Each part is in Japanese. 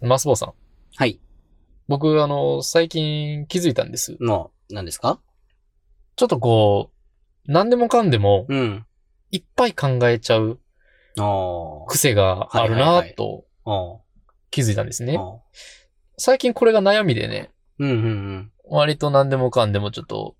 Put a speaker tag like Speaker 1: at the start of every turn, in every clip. Speaker 1: マスボウさん。
Speaker 2: はい。
Speaker 1: 僕、あの、最近気づいたんです。
Speaker 2: の、何ですか
Speaker 1: ちょっとこう、何でもかんでも、
Speaker 2: うん。
Speaker 1: いっぱい考えちゃう
Speaker 2: あー
Speaker 1: 癖がある
Speaker 2: はいはい
Speaker 1: な
Speaker 2: はい
Speaker 1: と
Speaker 2: あー。
Speaker 1: 気づいたんですね。
Speaker 2: あー
Speaker 1: 最近これが悩みでね、
Speaker 2: うんうんうん。
Speaker 1: 割と何でもかんでもちょっと、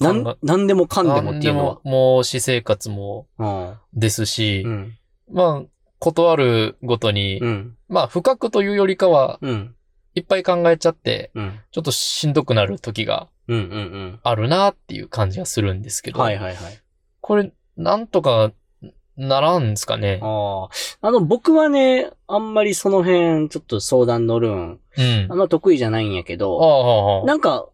Speaker 2: な
Speaker 1: 考
Speaker 2: ん、なんでもかんでもっていうのは
Speaker 1: 何で。ももう私生活も
Speaker 2: あ
Speaker 1: です
Speaker 2: ー
Speaker 1: し、
Speaker 2: うん。
Speaker 1: まあ、断るごとに、
Speaker 2: うん。
Speaker 1: まあ、深くというよりかは、
Speaker 2: うん。
Speaker 1: いっぱい考えちゃって、
Speaker 2: うん。
Speaker 1: ちょっとしんどくなる時が
Speaker 2: うんうん
Speaker 1: あるなっていう感じがするんですけ
Speaker 2: うん。
Speaker 1: ど、
Speaker 2: はいはいはい。
Speaker 1: これ、なんとかならんですかね。
Speaker 2: ああ。あの、僕はね、あんまりその辺、ちょっと相談乗るん、
Speaker 1: うん
Speaker 2: あ。んま得意じゃないんやけ
Speaker 1: あ
Speaker 2: ど、
Speaker 1: あ、
Speaker 2: なんか、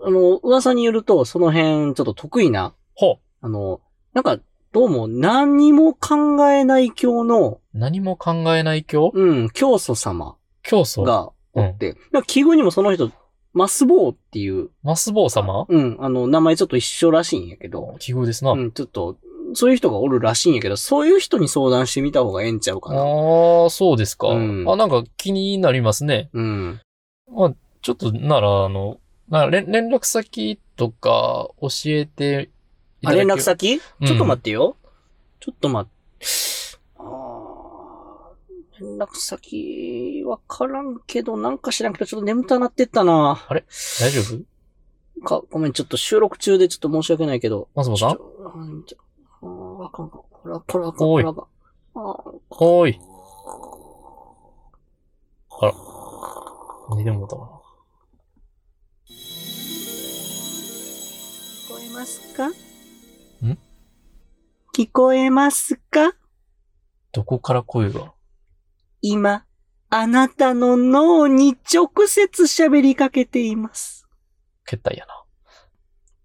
Speaker 2: あの、噂によると、その辺、ちょっと得意な、
Speaker 1: ほ
Speaker 2: あの、なんか、どうも、何も考えない教の、
Speaker 1: う。何も考えない教
Speaker 2: うん、教祖様
Speaker 1: 教祖。
Speaker 2: がおって、なんか、奇遇にもその人、マスボウっていう、
Speaker 1: マスボウ様
Speaker 2: うん、あの、名前ちょっと一緒らしいんやけど、
Speaker 1: 奇遇ですな。あ
Speaker 2: うん、ちょっと、そういう人がおるらしいんやけど、そういう人に相談してみた方がええんちゃうかな。
Speaker 1: あ、そうですか。
Speaker 2: うん
Speaker 1: あ、なんか気になりますね。
Speaker 2: うん。
Speaker 1: ちょっと、なら、あの、な連連絡先とか教えてい
Speaker 2: あ、
Speaker 1: ただけ
Speaker 2: 連絡先、
Speaker 1: うん
Speaker 2: ちょっと待ってよ。ちょっと待って。あー連絡先わからんけど、なんか知らんけど、ちょっと眠たなってったな。
Speaker 1: 大丈夫
Speaker 2: か、ごめん、ちょっと収録中でちょっと申し訳ないけど。
Speaker 1: マスボウさ
Speaker 2: ち
Speaker 1: ん
Speaker 2: ょうんちょあーあかんあかんこれは、これはあかん、
Speaker 1: お
Speaker 2: こ
Speaker 1: い
Speaker 2: れはあかん。あー
Speaker 1: おーい。あら。寝てもうたな。
Speaker 2: 聞こえますかん
Speaker 1: ん
Speaker 2: 聞こえますか
Speaker 1: どこから声が
Speaker 2: 今、あなたの脳に直接喋りかけています。
Speaker 1: 決体やな。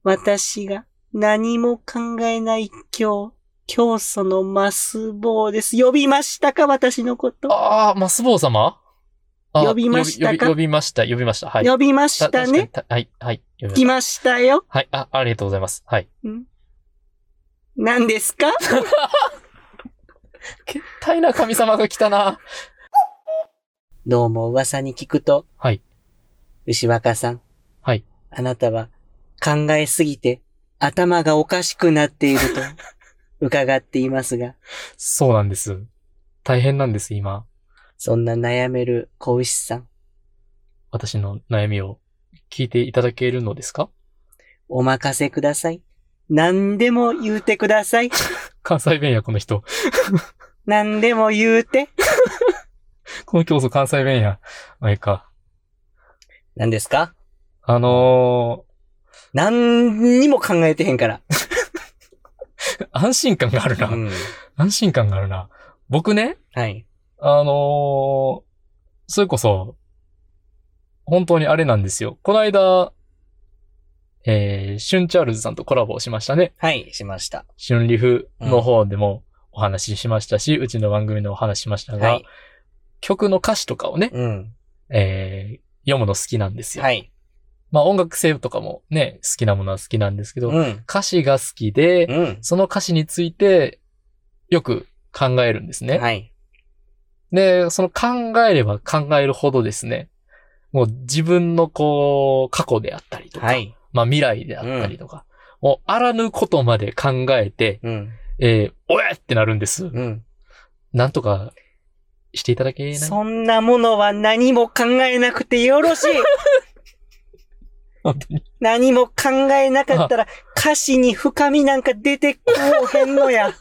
Speaker 2: 私が何も考えない今日、教祖のマスボウです。呼びましたか私のこと。
Speaker 1: ああ、マスボウ様あ
Speaker 2: 呼びましたか
Speaker 1: 呼び呼びました、呼びました。はい。
Speaker 2: 呼びま
Speaker 1: た
Speaker 2: したね。。
Speaker 1: 確かにたはい、はい。呼びました
Speaker 2: 来ましたよ。
Speaker 1: はい、あ、ありがとうございます。はい。
Speaker 2: ん何ですか
Speaker 1: 決体な神様が来たな。
Speaker 2: どうも噂に聞くと、
Speaker 1: はい。
Speaker 2: 牛若さん。
Speaker 1: はい。
Speaker 2: あなたは考えすぎて頭がおかしくなっている と伺っていますが、
Speaker 1: そうなんです。大変なんです、今。
Speaker 2: そんな悩める子牛さん、
Speaker 1: 私の悩みを聞いていただけるのですか
Speaker 2: お任せください。何でも言うてください。
Speaker 1: 関西弁や、この人。
Speaker 2: 何でも言うて。
Speaker 1: この教祖関西弁や。まあ、いいか。
Speaker 2: 何ですか
Speaker 1: あの
Speaker 2: 何にも考えてへんから。
Speaker 1: ー、安心感があるな。
Speaker 2: うん。
Speaker 1: 安心感があるな。僕ね、
Speaker 2: はい。
Speaker 1: あのー、それこそ、本当にあれなんですよ。この間、えー、シュンチャールズさんとコラボをしましたね。
Speaker 2: はい、しました。
Speaker 1: シュンリフの方でもお話ししましたし、うちの番組でもお話ししましたが、
Speaker 2: はい。
Speaker 1: 曲の歌詞とかをね、
Speaker 2: うん。
Speaker 1: えー、読むの好きなんですよ。
Speaker 2: はい。
Speaker 1: まあ音楽性とかもね、好きなものは好きなんですけど、
Speaker 2: うん。
Speaker 1: 歌詞が好きで、
Speaker 2: うん。
Speaker 1: その歌詞についてよく考えるんですね。
Speaker 2: はい。
Speaker 1: で、その考えれば考えるほどですね、もう自分のこう、過去であったりとか、
Speaker 2: はい。
Speaker 1: まあ未来であったりとか、もうあらぬことまで考えて、
Speaker 2: うん。
Speaker 1: えー、おえってなるんです。
Speaker 2: うん。
Speaker 1: なんとかしていただけない
Speaker 2: そんなものは何も考えなくてよろ しい。
Speaker 1: 本当に
Speaker 2: 何も考えなか ったら歌詞に深みなんか出てこうへんのや。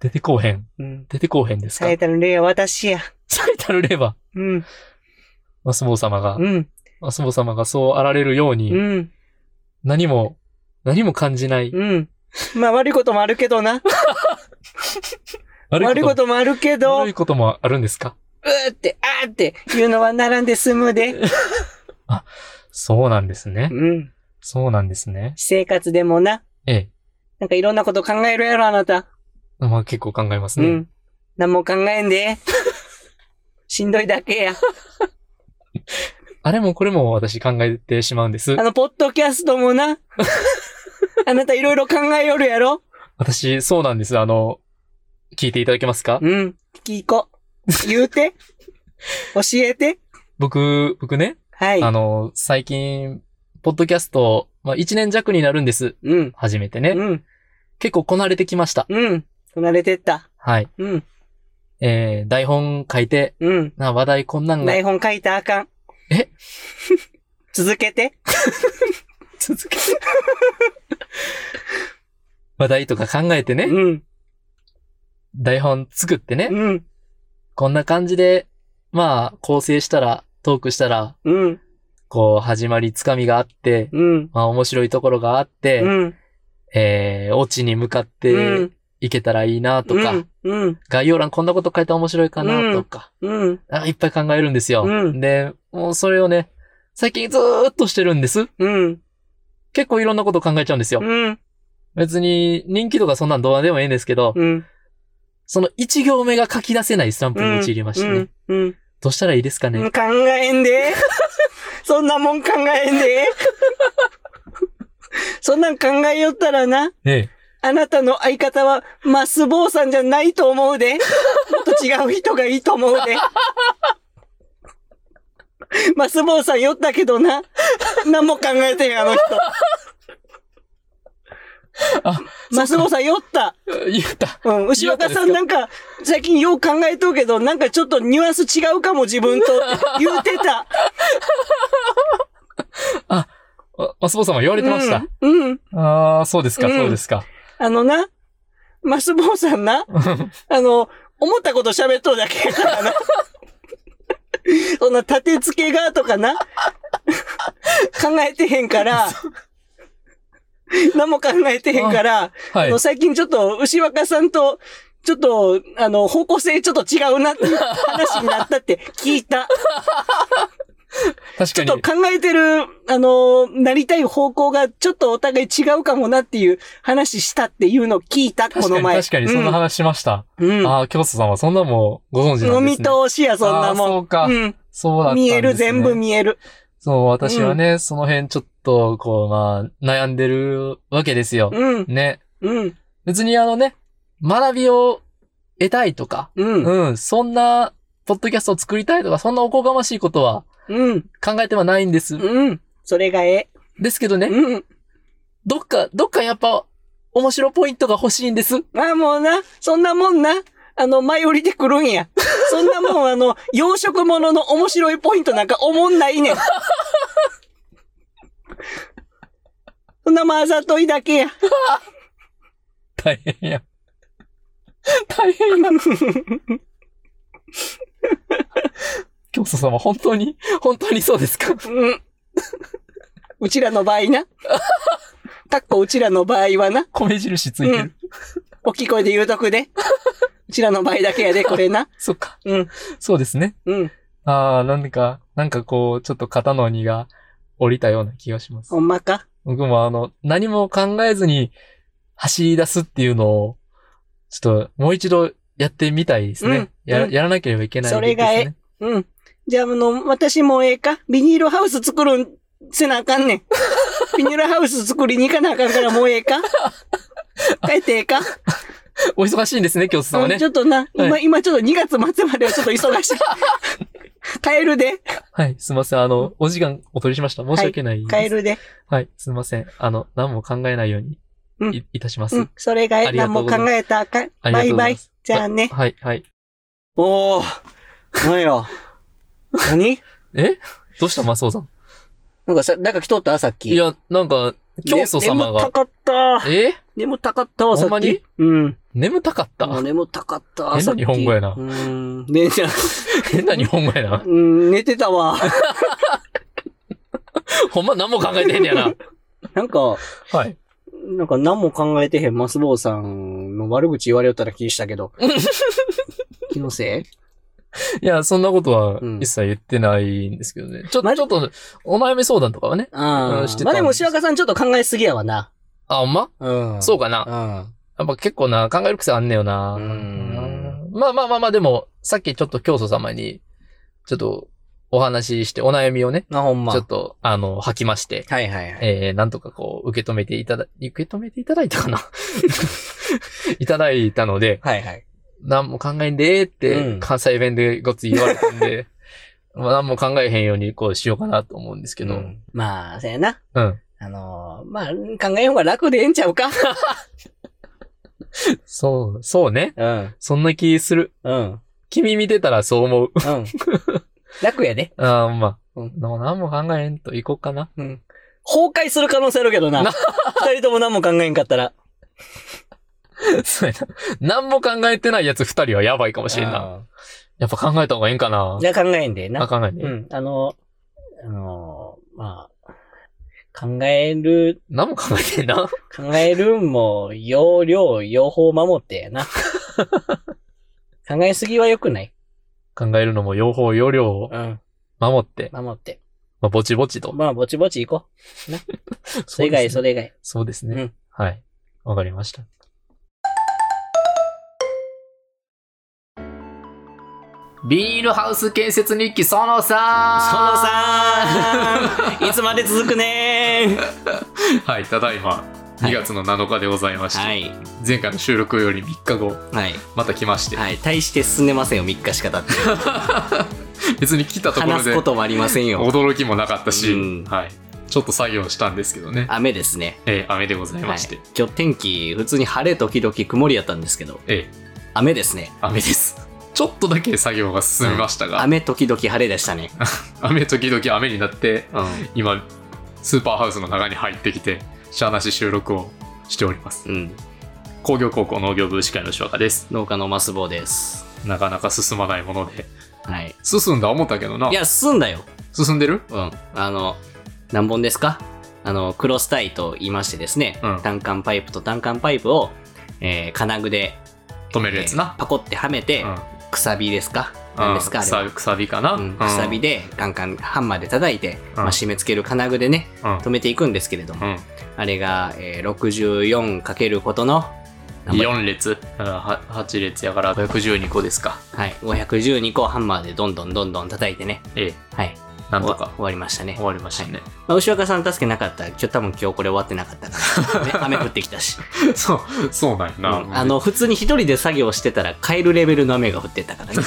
Speaker 1: 出てこうへん。
Speaker 2: うん。
Speaker 1: 出てこうへんですか
Speaker 2: 最たる例は私や。
Speaker 1: 最たるれば、
Speaker 2: うん。
Speaker 1: マスボウ様が
Speaker 2: う、ん。
Speaker 1: マスボウ様がそうあられるよう
Speaker 2: う
Speaker 1: に、
Speaker 2: ん。
Speaker 1: 何も、何も感じない。
Speaker 2: うん。まあ悪いこともあるけどな。悪いこともあるけど、う
Speaker 1: 悪いこともあるんですか
Speaker 2: ーって、あーっていうのは並んで済む で。
Speaker 1: そうなんですね。
Speaker 2: うん。
Speaker 1: そうなんですね。
Speaker 2: 私生活でもな。
Speaker 1: ええ。
Speaker 2: なんかいろんなこと考えるやろ、あなた。
Speaker 1: まあ結構考えます
Speaker 2: う
Speaker 1: ね。
Speaker 2: ん。何も考えん で。しんどいだけや。
Speaker 1: あれもこれも私考えてしまうんです
Speaker 2: あ。の、ポッドキャスト もな。あなたいろいろ考えよるやろ
Speaker 1: 私、そうなんです。あの、聞いていただけますか
Speaker 2: うん。聞こう。言うて。教えて。
Speaker 1: 僕、僕ね、
Speaker 2: はい。
Speaker 1: あの、最近、ポッドキャスト、まあ、1年弱になるんです。
Speaker 2: うん。
Speaker 1: 初めてね。
Speaker 2: うん。
Speaker 1: 結構こなれてきました。
Speaker 2: うん。こなれてった。
Speaker 1: はい。
Speaker 2: うん。
Speaker 1: えー、台本書いて、
Speaker 2: うん。
Speaker 1: な、話題こんなんが
Speaker 2: 台本書いたらあかん。
Speaker 1: え
Speaker 2: 続けて。
Speaker 1: 続けて。話題とか考えてね、
Speaker 2: うん。
Speaker 1: 台本作ってね、
Speaker 2: うん。
Speaker 1: こんな感じで、まあ、構成したら、トークしたら、
Speaker 2: うん。
Speaker 1: こう、始まりつかみがあって、
Speaker 2: うん。
Speaker 1: まあ、面白いところがあっ
Speaker 2: う
Speaker 1: て、
Speaker 2: ん。
Speaker 1: えー、オチに向かっ
Speaker 2: う
Speaker 1: て
Speaker 2: ん。
Speaker 1: いけたらいいなと
Speaker 2: う
Speaker 1: か、
Speaker 2: ん。うん。
Speaker 1: 概要欄こんなこと書いたら面白いかなとか、
Speaker 2: うん。
Speaker 1: あいっぱい考えるんですよ
Speaker 2: う。ん
Speaker 1: で、もうそれをね、最近ずーっとしてるんです。
Speaker 2: うん。
Speaker 1: 結構いろんなこと考えちゃうんですよ。
Speaker 2: うん。
Speaker 1: 別に人気とかそんなんどうでもいいんですけど、
Speaker 2: うん。
Speaker 1: その一行目が書き出せないスランプに陥りましてね。
Speaker 2: うん。うん。
Speaker 1: どうしたらいいですかね、
Speaker 2: うん考えん で。そんなもん考えん で。そんなん考えよったらな、
Speaker 1: ね
Speaker 2: あなたの相方はマス坊さんじゃないと思うで。もっと違う人がいいと思う で。マス坊さん酔ったけどな。何も考えてへん、あの人。
Speaker 1: あ、
Speaker 2: マス坊さん酔った。
Speaker 1: え言った。
Speaker 2: うん。牛若さんなんか、最近よう考えとうけど、なんかちょっとニュアンス違うかも、自分と。言うてた。
Speaker 1: あマスボさんも言われてました。
Speaker 2: うん。うん。
Speaker 1: ああ、そうですか、
Speaker 2: うん
Speaker 1: そうですか。
Speaker 2: あのな、マスボウさんな、あの、思ったこと喋っとるだけやからな。 そんな立て付けがとかな、考えてへんから、何も考えてへんから、あ
Speaker 1: はい
Speaker 2: の。最近ちょっと牛若さんと、ちょっと、あの、方向性ちょっと違うなって話になったって聞いた。
Speaker 1: 確
Speaker 2: ち
Speaker 1: か
Speaker 2: ょっと
Speaker 1: に。
Speaker 2: 考えてる、あの、なりたい方向がちょっとお互い違うかもなっていう話したっていうのを聞いた、こ
Speaker 1: 確か
Speaker 2: の
Speaker 1: に、
Speaker 2: 前。
Speaker 1: 確かに、そんな話しました。
Speaker 2: うん。
Speaker 1: ああ、京都さんはそんなもんご存知な
Speaker 2: 飲
Speaker 1: んで
Speaker 2: み
Speaker 1: すね。
Speaker 2: 通しや、そんな
Speaker 1: あー
Speaker 2: も
Speaker 1: そ
Speaker 2: ん。
Speaker 1: うか
Speaker 2: ん
Speaker 1: そうだったん
Speaker 2: 見
Speaker 1: です、ね。
Speaker 2: える、全部見える。
Speaker 1: そう、私はね、その辺ちょっと、こう、まあ、悩んでるわけですよ。
Speaker 2: うん、
Speaker 1: ね。
Speaker 2: うん、
Speaker 1: 別にあのね、学びを得たいとか、
Speaker 2: うん、
Speaker 1: うん、そんな、ポッドキャストを作りたいとか、そんなおこがましいことは
Speaker 2: うん、
Speaker 1: 考えてはないんです。
Speaker 2: うん。それがえ
Speaker 1: ですけど
Speaker 2: え。
Speaker 1: ね、
Speaker 2: うん。
Speaker 1: どっか、どっかやっぱ、面白ポイントが欲しいんです。
Speaker 2: まあもうな、そんなもんな、あの、前降りてくるんや。 そんなもん、あの、洋食物の面白いポイントなんか思んないねん。そんなもんあざといだけや。
Speaker 1: 大変や。 大変や。京都様、本当に、本当にそうですか
Speaker 2: うん。うちらの場合な。かっこうちらの場合はな。
Speaker 1: 米印ついてる。
Speaker 2: うん大きい声で言うとくで。うちらの場合だけやで、これな。
Speaker 1: そっか。
Speaker 2: うん、
Speaker 1: そうですね。
Speaker 2: うん。
Speaker 1: ああ、なんか、なんかこう、ちょっと肩の荷が降りたような気がします
Speaker 2: ほ。んまか。
Speaker 1: 僕もあの、何も考えずに走り出すっていうのを、ちょっともう一度やってみたいですね。
Speaker 2: うん
Speaker 1: や
Speaker 2: うん
Speaker 1: やらなければいけないです
Speaker 2: そ
Speaker 1: ね。
Speaker 2: れがえうん。じゃあ、あの、私もええかビニールハウス作るんせなあかんねん。ビニールハウス作りに行かなあかんからもうええか帰ってええか、
Speaker 1: お忙しいんですね、京都さんは
Speaker 2: うん
Speaker 1: ね
Speaker 2: ち。ょっとな、今、
Speaker 1: は
Speaker 2: 今ちょっと2月末まではちょっと忙しい。帰るで、
Speaker 1: はい、すいません。あの、お時間お取りしました。申し訳ないです。
Speaker 2: 帰るで。
Speaker 1: はい、すいません。あの、何も考えないように
Speaker 2: うん
Speaker 1: い,、いたします。
Speaker 2: うん、それがえ
Speaker 1: あ
Speaker 2: え。
Speaker 1: りが
Speaker 2: 何
Speaker 1: とうご
Speaker 2: も
Speaker 1: ざいます
Speaker 2: 考えたらあかん。
Speaker 1: あり
Speaker 2: バ
Speaker 1: がと
Speaker 2: イ
Speaker 1: うござ
Speaker 2: バ
Speaker 1: いま
Speaker 2: イ
Speaker 1: す。。
Speaker 2: じゃあね。
Speaker 1: はい、はい。
Speaker 2: おー、なんや。何
Speaker 1: えどうした、マスオさん。
Speaker 2: なんかさ、なんか来とったさっき
Speaker 1: いや、なんか、京都様
Speaker 2: ね
Speaker 1: が
Speaker 2: 眠た。かった。
Speaker 1: え
Speaker 2: 眠たかったわ、さっ
Speaker 1: ほん
Speaker 2: き。
Speaker 1: まに
Speaker 2: うん。
Speaker 1: 眠たかった。
Speaker 2: もう眠たかった。
Speaker 1: 変な日本語やな
Speaker 2: さっきうーん。寝て、。
Speaker 1: 変な日本語やな
Speaker 2: うん、寝てたわ。
Speaker 1: ほんま何も考えてへんねや な。
Speaker 2: なんか、
Speaker 1: はい。
Speaker 2: なんか何も考えてへんマスボウさんの悪口言われよったら気にした けど。気のせい
Speaker 1: いや、そんなことは
Speaker 2: うん
Speaker 1: 一切言ってないんですけどね。ちょっ
Speaker 2: ま
Speaker 1: と、ちょっと、お悩み相談とかはね。
Speaker 2: あ
Speaker 1: う
Speaker 2: あ
Speaker 1: んして。た
Speaker 2: まあでも、白川さんちょっと考えすぎやわな。
Speaker 1: あ、ほんま
Speaker 2: うん。
Speaker 1: そう
Speaker 2: か。
Speaker 1: かな。
Speaker 2: うん。
Speaker 1: やっぱ結構な、考える癖あんねよな。
Speaker 2: うん
Speaker 1: まあまあまあまあ、でも、さっきちょっと教祖様に、ちょっと、お話しして、お悩みをね、
Speaker 2: な、ほんま。
Speaker 1: ちょっと、あの、吐きまして、
Speaker 2: はいはいはい。
Speaker 1: えー、なんとかこう、受け止めていただ、受け止めていただいたかな いただいたので、
Speaker 2: はいはい。
Speaker 1: 何も考えんでーって
Speaker 2: う、ん
Speaker 1: 関西弁でごっつい言われたんで、 まあ、何も考えへんようにこうしようかなと思うんですけど。うん。
Speaker 2: まあ、そやな。あのーまあ、考えん方が楽でええんちゃうか。
Speaker 1: そう、そうね。
Speaker 2: うん。
Speaker 1: そんな気する。
Speaker 2: うん。
Speaker 1: 君見てたらそう思う。
Speaker 2: うん。 楽やで。
Speaker 1: ああ、まあ。
Speaker 2: うん
Speaker 1: もう何も考えへんと行こうかな。
Speaker 2: うん。崩壊する可能性あるけどな。
Speaker 1: な
Speaker 2: 二人とも何も考えんかったら。
Speaker 1: そうやな。何も考えてないやつ二人はやばいかもしれんな。やっぱ考えた方がいいんかな
Speaker 2: うん。い。や、考えんでええな
Speaker 1: あ、。考えて。
Speaker 2: うん、あの、あの、まあ、考える、
Speaker 1: 何も考えてんな。
Speaker 2: 考えるんも、要領、用法守って やな。考えすぎは良くない。
Speaker 1: 考えるのも用法用量を
Speaker 2: うん、
Speaker 1: 守って、
Speaker 2: 守って。
Speaker 1: まあ、ぼちぼちと。
Speaker 2: まあ、ぼちぼち行こう。 それ以外、
Speaker 1: そうですね
Speaker 2: それ以外。
Speaker 1: そうです
Speaker 2: う
Speaker 1: ね。
Speaker 2: ん
Speaker 1: はい。わかりました。ビニールハウス建設日記、その
Speaker 2: その
Speaker 1: さ
Speaker 2: さーんいつまで続くねー
Speaker 1: はい、ただいま、
Speaker 2: い
Speaker 1: 2月の7日でございまして、
Speaker 2: はい、
Speaker 1: 前回の収録より3日後、
Speaker 2: はい、
Speaker 1: また来まして、
Speaker 2: はい。大して進んでませんよ、3日しか経って。
Speaker 1: 別に来たところ
Speaker 2: 話す
Speaker 1: で
Speaker 2: こともありませんよ。
Speaker 1: 驚きもなかったし、
Speaker 2: うん
Speaker 1: はい、ちょっと作業したんですけどね、
Speaker 2: 雨ですね。
Speaker 1: えー雨でございまして、
Speaker 2: はい今日天気、普通に晴れ時々曇りやったんですけど、
Speaker 1: え
Speaker 2: 雨ですね。
Speaker 1: ー雨です。ちょっとだけ作業が進みましたが、
Speaker 2: 雨時々晴れでし たね。
Speaker 1: 雨時々雨になって
Speaker 2: う
Speaker 1: 今スーパーハウスの中に入ってきてしゃあなし収録をしております
Speaker 2: ん。うん。
Speaker 1: 工業高校農業部司会の塩川です
Speaker 2: 農家のマスボウです。
Speaker 1: なかなか進まないもので
Speaker 2: はい。
Speaker 1: 進んだ思ったけどない
Speaker 2: や、進んだよ。
Speaker 1: 進んでる
Speaker 2: うん。あの、何本ですかあの、クロスタイと言いましてですね、
Speaker 1: うん
Speaker 2: 単管パイプと単管パイプを、えー金具で、
Speaker 1: 止めるやつ
Speaker 2: えー
Speaker 1: な、
Speaker 2: パコってはめて、
Speaker 1: うん
Speaker 2: くさびですか
Speaker 1: う
Speaker 2: 何
Speaker 1: ん
Speaker 2: ですかあれは
Speaker 1: くさくさびかな、
Speaker 2: うん、くさび
Speaker 1: で、
Speaker 2: でカンカンハンマーで叩いて、
Speaker 1: うん
Speaker 2: まあ、締め付ける金具でね
Speaker 1: うん
Speaker 2: 止めていくんですけれども、あれが、えー、64かけることの
Speaker 1: うん、4列8列やから112個ですか
Speaker 2: はい、512個ハンマーでどんどんどんどん叩いてね、
Speaker 1: ええ
Speaker 2: はい、
Speaker 1: なんと
Speaker 2: 終わ
Speaker 1: か
Speaker 2: 終わりましたね
Speaker 1: 終。わりましたね、
Speaker 2: まあ、牛若さん助けなかったら、ちょ多分今日これ終わってなかったか ら、ね、雨降ってきたし、
Speaker 1: そうそうなんやな、
Speaker 2: うんあの普通に一人で作業してたら、帰るレベルの雨が降ってた からね。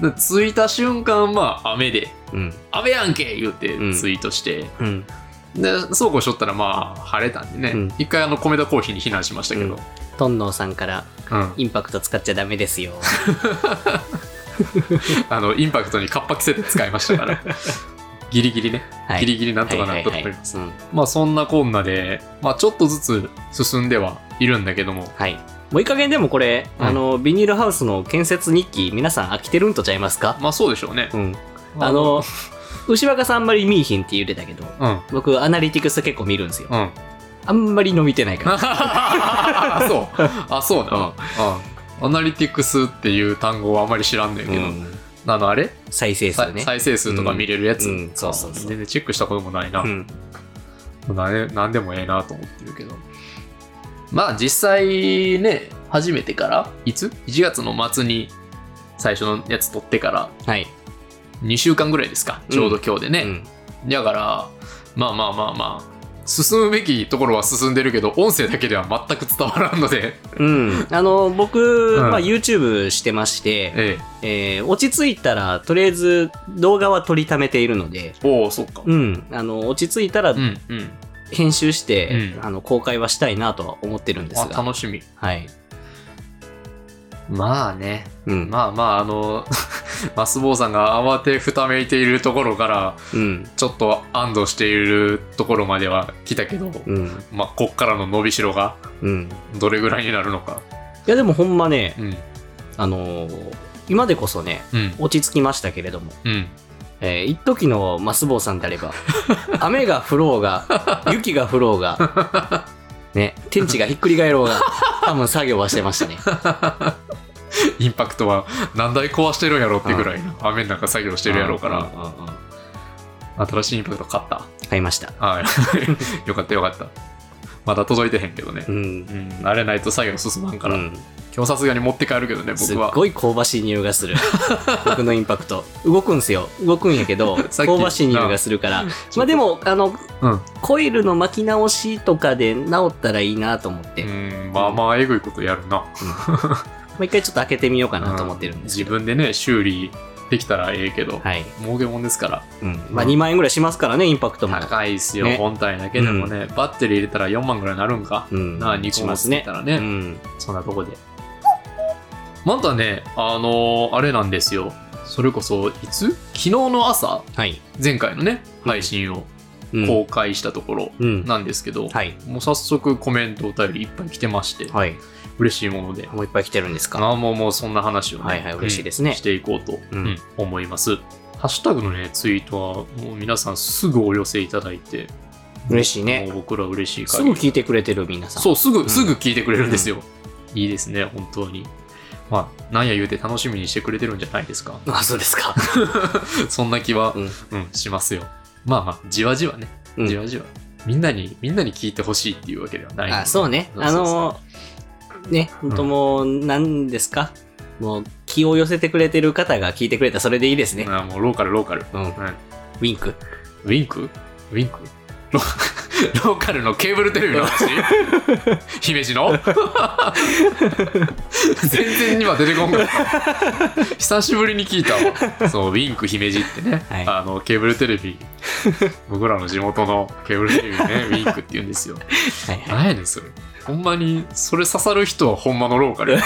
Speaker 1: で着いた瞬間まあ雨で
Speaker 2: うん
Speaker 1: 雨やんけ言うて
Speaker 2: うん
Speaker 1: ツイートして、
Speaker 2: うん、
Speaker 1: でそうこうしとったらまあ晴れたんでね、
Speaker 2: うん
Speaker 1: 一回あの米田コーヒーに避難しましたけど、
Speaker 2: トンノーさんから
Speaker 1: うん
Speaker 2: インパクト使っちゃダメですよ。
Speaker 1: あのインパクトにカッパ着せて使いましたから ギリギリね、
Speaker 2: はい
Speaker 1: ギリギリなんとかな
Speaker 2: は
Speaker 1: ん
Speaker 2: い
Speaker 1: と
Speaker 2: は
Speaker 1: か
Speaker 2: い
Speaker 1: な
Speaker 2: は
Speaker 1: り
Speaker 2: い
Speaker 1: ます、
Speaker 2: うん
Speaker 1: まあそんなこんなで、まあ、ちょっとずつ進んではいるんだけども
Speaker 2: はいもういい加減でもこれ、
Speaker 1: うん
Speaker 2: あのビニールハウスの建設日記皆さん飽きてるんとちゃいますか、
Speaker 1: まあそうでしょうね、
Speaker 2: うん、あの牛若さんあんまり見いひんって言うてたけど
Speaker 1: うん
Speaker 2: 僕アナリティクス結構見るんですよ
Speaker 1: うん
Speaker 2: あんまり伸びてないから。
Speaker 1: あそうあそうなの、うんアナリティクスっていう単語はあまり知らんねんけど、
Speaker 2: うん
Speaker 1: あのあれ
Speaker 2: 再生数
Speaker 1: 再
Speaker 2: ね。
Speaker 1: 再生数とか見れるやつ、
Speaker 2: うんうんそうそうそう
Speaker 1: 全然チェックしたこともないな、
Speaker 2: うん
Speaker 1: な何でもええなと思ってるけどまあ実際ね初めてからいつ ?1 月の末に最初のやつ撮ってから
Speaker 2: はい。
Speaker 1: 2週間ぐらいですかちょうど今日で
Speaker 2: う
Speaker 1: ね、
Speaker 2: ん
Speaker 1: だからまあまあまあまあ進むべきところは進んでるけど音声だけでは全く伝わらんので
Speaker 2: うん。あの、僕、
Speaker 1: ん
Speaker 2: まあ、YouTube してまして、
Speaker 1: ええ
Speaker 2: えー落ち着いたら、とりあえず動画は撮りためているので、
Speaker 1: おおそっか
Speaker 2: うん。あの、落ち着いたら
Speaker 1: う、んうん
Speaker 2: 編集して、
Speaker 1: うん
Speaker 2: あの、公開はしたいなとは思ってるんです
Speaker 1: あ
Speaker 2: が。
Speaker 1: 楽しみ
Speaker 2: はい。
Speaker 1: まあね
Speaker 2: うん。
Speaker 1: まあまああの マスボウさんが慌てふためいているところから
Speaker 2: うん。
Speaker 1: ちょっと安堵しているところまでは来たけど、
Speaker 2: うん。
Speaker 1: まあ、こっからの伸びしろが
Speaker 2: うん。
Speaker 1: どれぐらいになるのか。
Speaker 2: いや、でもほんまね、
Speaker 1: うん。
Speaker 2: あのー今でこそね、
Speaker 1: うん。
Speaker 2: 落ち着きましたけれども、
Speaker 1: うん。
Speaker 2: えー一時のマスボウさんであれ ば雨が降ろうが雪が降ろうが、ね、天地がひっくり返ろう が多分作業はしてましたね
Speaker 1: インパクトは何台壊してるんやろってぐらいの雨の中作業してるやろうか
Speaker 2: ん
Speaker 1: ら、
Speaker 2: んうんうん
Speaker 1: 新しいインパクト買った。
Speaker 2: 買いました
Speaker 1: はい。 よかったよかった。まだ届いてへんけどね
Speaker 2: う。ん
Speaker 1: うん。慣れないと作業進まんから。
Speaker 2: うん
Speaker 1: 今日さすがに持って帰るけどね、
Speaker 2: すっ
Speaker 1: 僕は。
Speaker 2: ごい香ばしい匂いが する僕のインパクト動くんすよ動くんやけど
Speaker 1: さっ
Speaker 2: 香
Speaker 1: き
Speaker 2: ばしい匂いがするからまあでもあの
Speaker 1: うん。
Speaker 2: コイルの巻き直しとかで直ったらいいなと思って、
Speaker 1: う
Speaker 2: も
Speaker 1: ん。まあまあ、えぐいことやるな。
Speaker 2: う一回ちょっと開けてみようかなと思ってるんですけ
Speaker 1: 自
Speaker 2: ど、
Speaker 1: 分でね、修理できたらええけど、
Speaker 2: はい。
Speaker 1: 儲けもんですから
Speaker 2: うん。まあ、2万円ぐらいしますからね、インパクトも。
Speaker 1: 高いっすよ、
Speaker 2: ね
Speaker 1: 本体だけでもね、バッテリー入れたら4万ぐらいなるんか、
Speaker 2: うん。
Speaker 1: なあ2
Speaker 2: し
Speaker 1: 個も
Speaker 2: ます
Speaker 1: つけ
Speaker 2: ね
Speaker 1: た。ら
Speaker 2: う
Speaker 1: ね
Speaker 2: ん。
Speaker 1: そんなとこでまたねあのーあれなんですよそれこそいつ昨日の朝
Speaker 2: はい。
Speaker 1: 前回のね
Speaker 2: うん
Speaker 1: 配信を
Speaker 2: うん
Speaker 1: 公開したところ
Speaker 2: うん。
Speaker 1: なんですけど、
Speaker 2: はい。
Speaker 1: もう早速コメントお便りいっぱい来てまして、
Speaker 2: はい。
Speaker 1: 嬉しいもので
Speaker 2: もういっぱい来てるんですか
Speaker 1: あもうもうそんな話をね、
Speaker 2: はいはい嬉しいですね
Speaker 1: うんしていこうと、
Speaker 2: うん
Speaker 1: うん思いますハッシュタグのねツイートはもう皆さんすぐお寄せいただいて
Speaker 2: 嬉しいね。
Speaker 1: もう僕ら嬉しい
Speaker 2: す
Speaker 1: 限
Speaker 2: ぐ
Speaker 1: り
Speaker 2: 聞いてくれてる皆さん。
Speaker 1: そうす
Speaker 2: ん
Speaker 1: ぐすぐ聞いてくれるんですよ、いいですね本当にまあなんや言うて楽しみにしてくれてるんじゃないですか
Speaker 2: あ、そうですか。
Speaker 1: そんな気は、
Speaker 2: う
Speaker 1: うんんしますよまあまあじわじわね
Speaker 2: うん
Speaker 1: じわじわ、みんなにみんなに聞いてほしいっていうわけではない
Speaker 2: あ、そうね。
Speaker 1: そう
Speaker 2: あ
Speaker 1: そうそう
Speaker 2: のー、ね、ほんともう、何ですかもう、気を寄せてくれてる方が聞いてくれたらそれでいいですね。
Speaker 1: あもうローカルローカル、
Speaker 2: うん。ウ
Speaker 1: うん
Speaker 2: ィンク。
Speaker 1: ウィンクウィンクロロー カルのケーブルテレビの 話姫路 の全然今出てこんかった久しぶりに聞いたわそうウィンク姫路ってね、
Speaker 2: はい
Speaker 1: あのケーブルテレビ僕らの地元のケーブルテレビねウィンクって言うんですよ
Speaker 2: はいはい。
Speaker 1: 何やねんそれほんまにそれ刺さる人はほんまのローカルや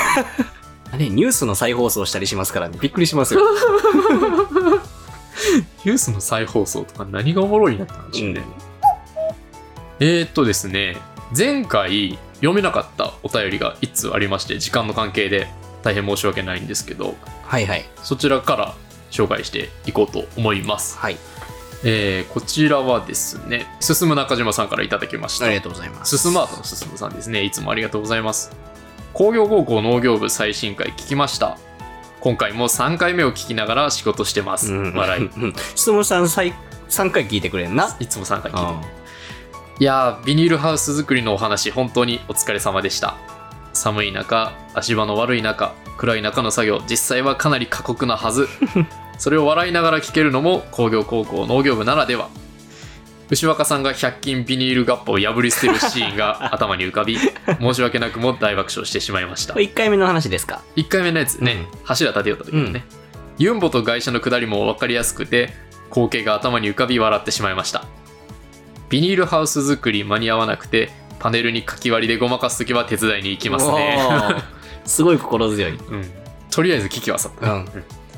Speaker 2: あれ、ニュースの再放送したりしますからね。びっくりしますよ。
Speaker 1: ニュースの再放送とか何がおもろいなって話ね、えー、っとですね、前回読めなかったお便りが1通ありまして、時間の関係で大変申し訳ないんですけど、
Speaker 2: はいはい。
Speaker 1: そちらから紹介していこうと思います。
Speaker 2: はい。
Speaker 1: えーこちらはですね、進む中島さんからいただきました
Speaker 2: あ。りがとうございます。
Speaker 1: 進まートの進むさんですね。いつもありがとうございます。工業高校農業部最新回聞きました。今回も3回目を聞きながら仕事してます。
Speaker 2: うん
Speaker 1: 笑い。。
Speaker 2: うん質問さん、さい3回聞いてくれんな。
Speaker 1: いつも3回聞いて
Speaker 2: うん
Speaker 1: いやービニールハウス作りのお話本当にお疲れ様でした寒い中足場の悪い中暗い中の作業実際はかなり過酷なはずそれを笑いながら聞けるのも工業高校農業部ならでは牛若さんが100均ビニールガッパを破り捨てるシーンが頭に浮かび申し訳なくも大爆笑してしまいました
Speaker 2: これ1回目の話ですか
Speaker 1: 1回目のやつね、柱立てよった時のね、ユンボと外車の下りも分かりやすくて光景が頭に浮かび笑ってしまいましたビニールハウス作り間に合わなくてパネルにかき割りでごまかす時は手伝いに行きますね、
Speaker 2: おー。すごい心強い。う
Speaker 1: うん、とりあえず聞きはさった、
Speaker 2: ん。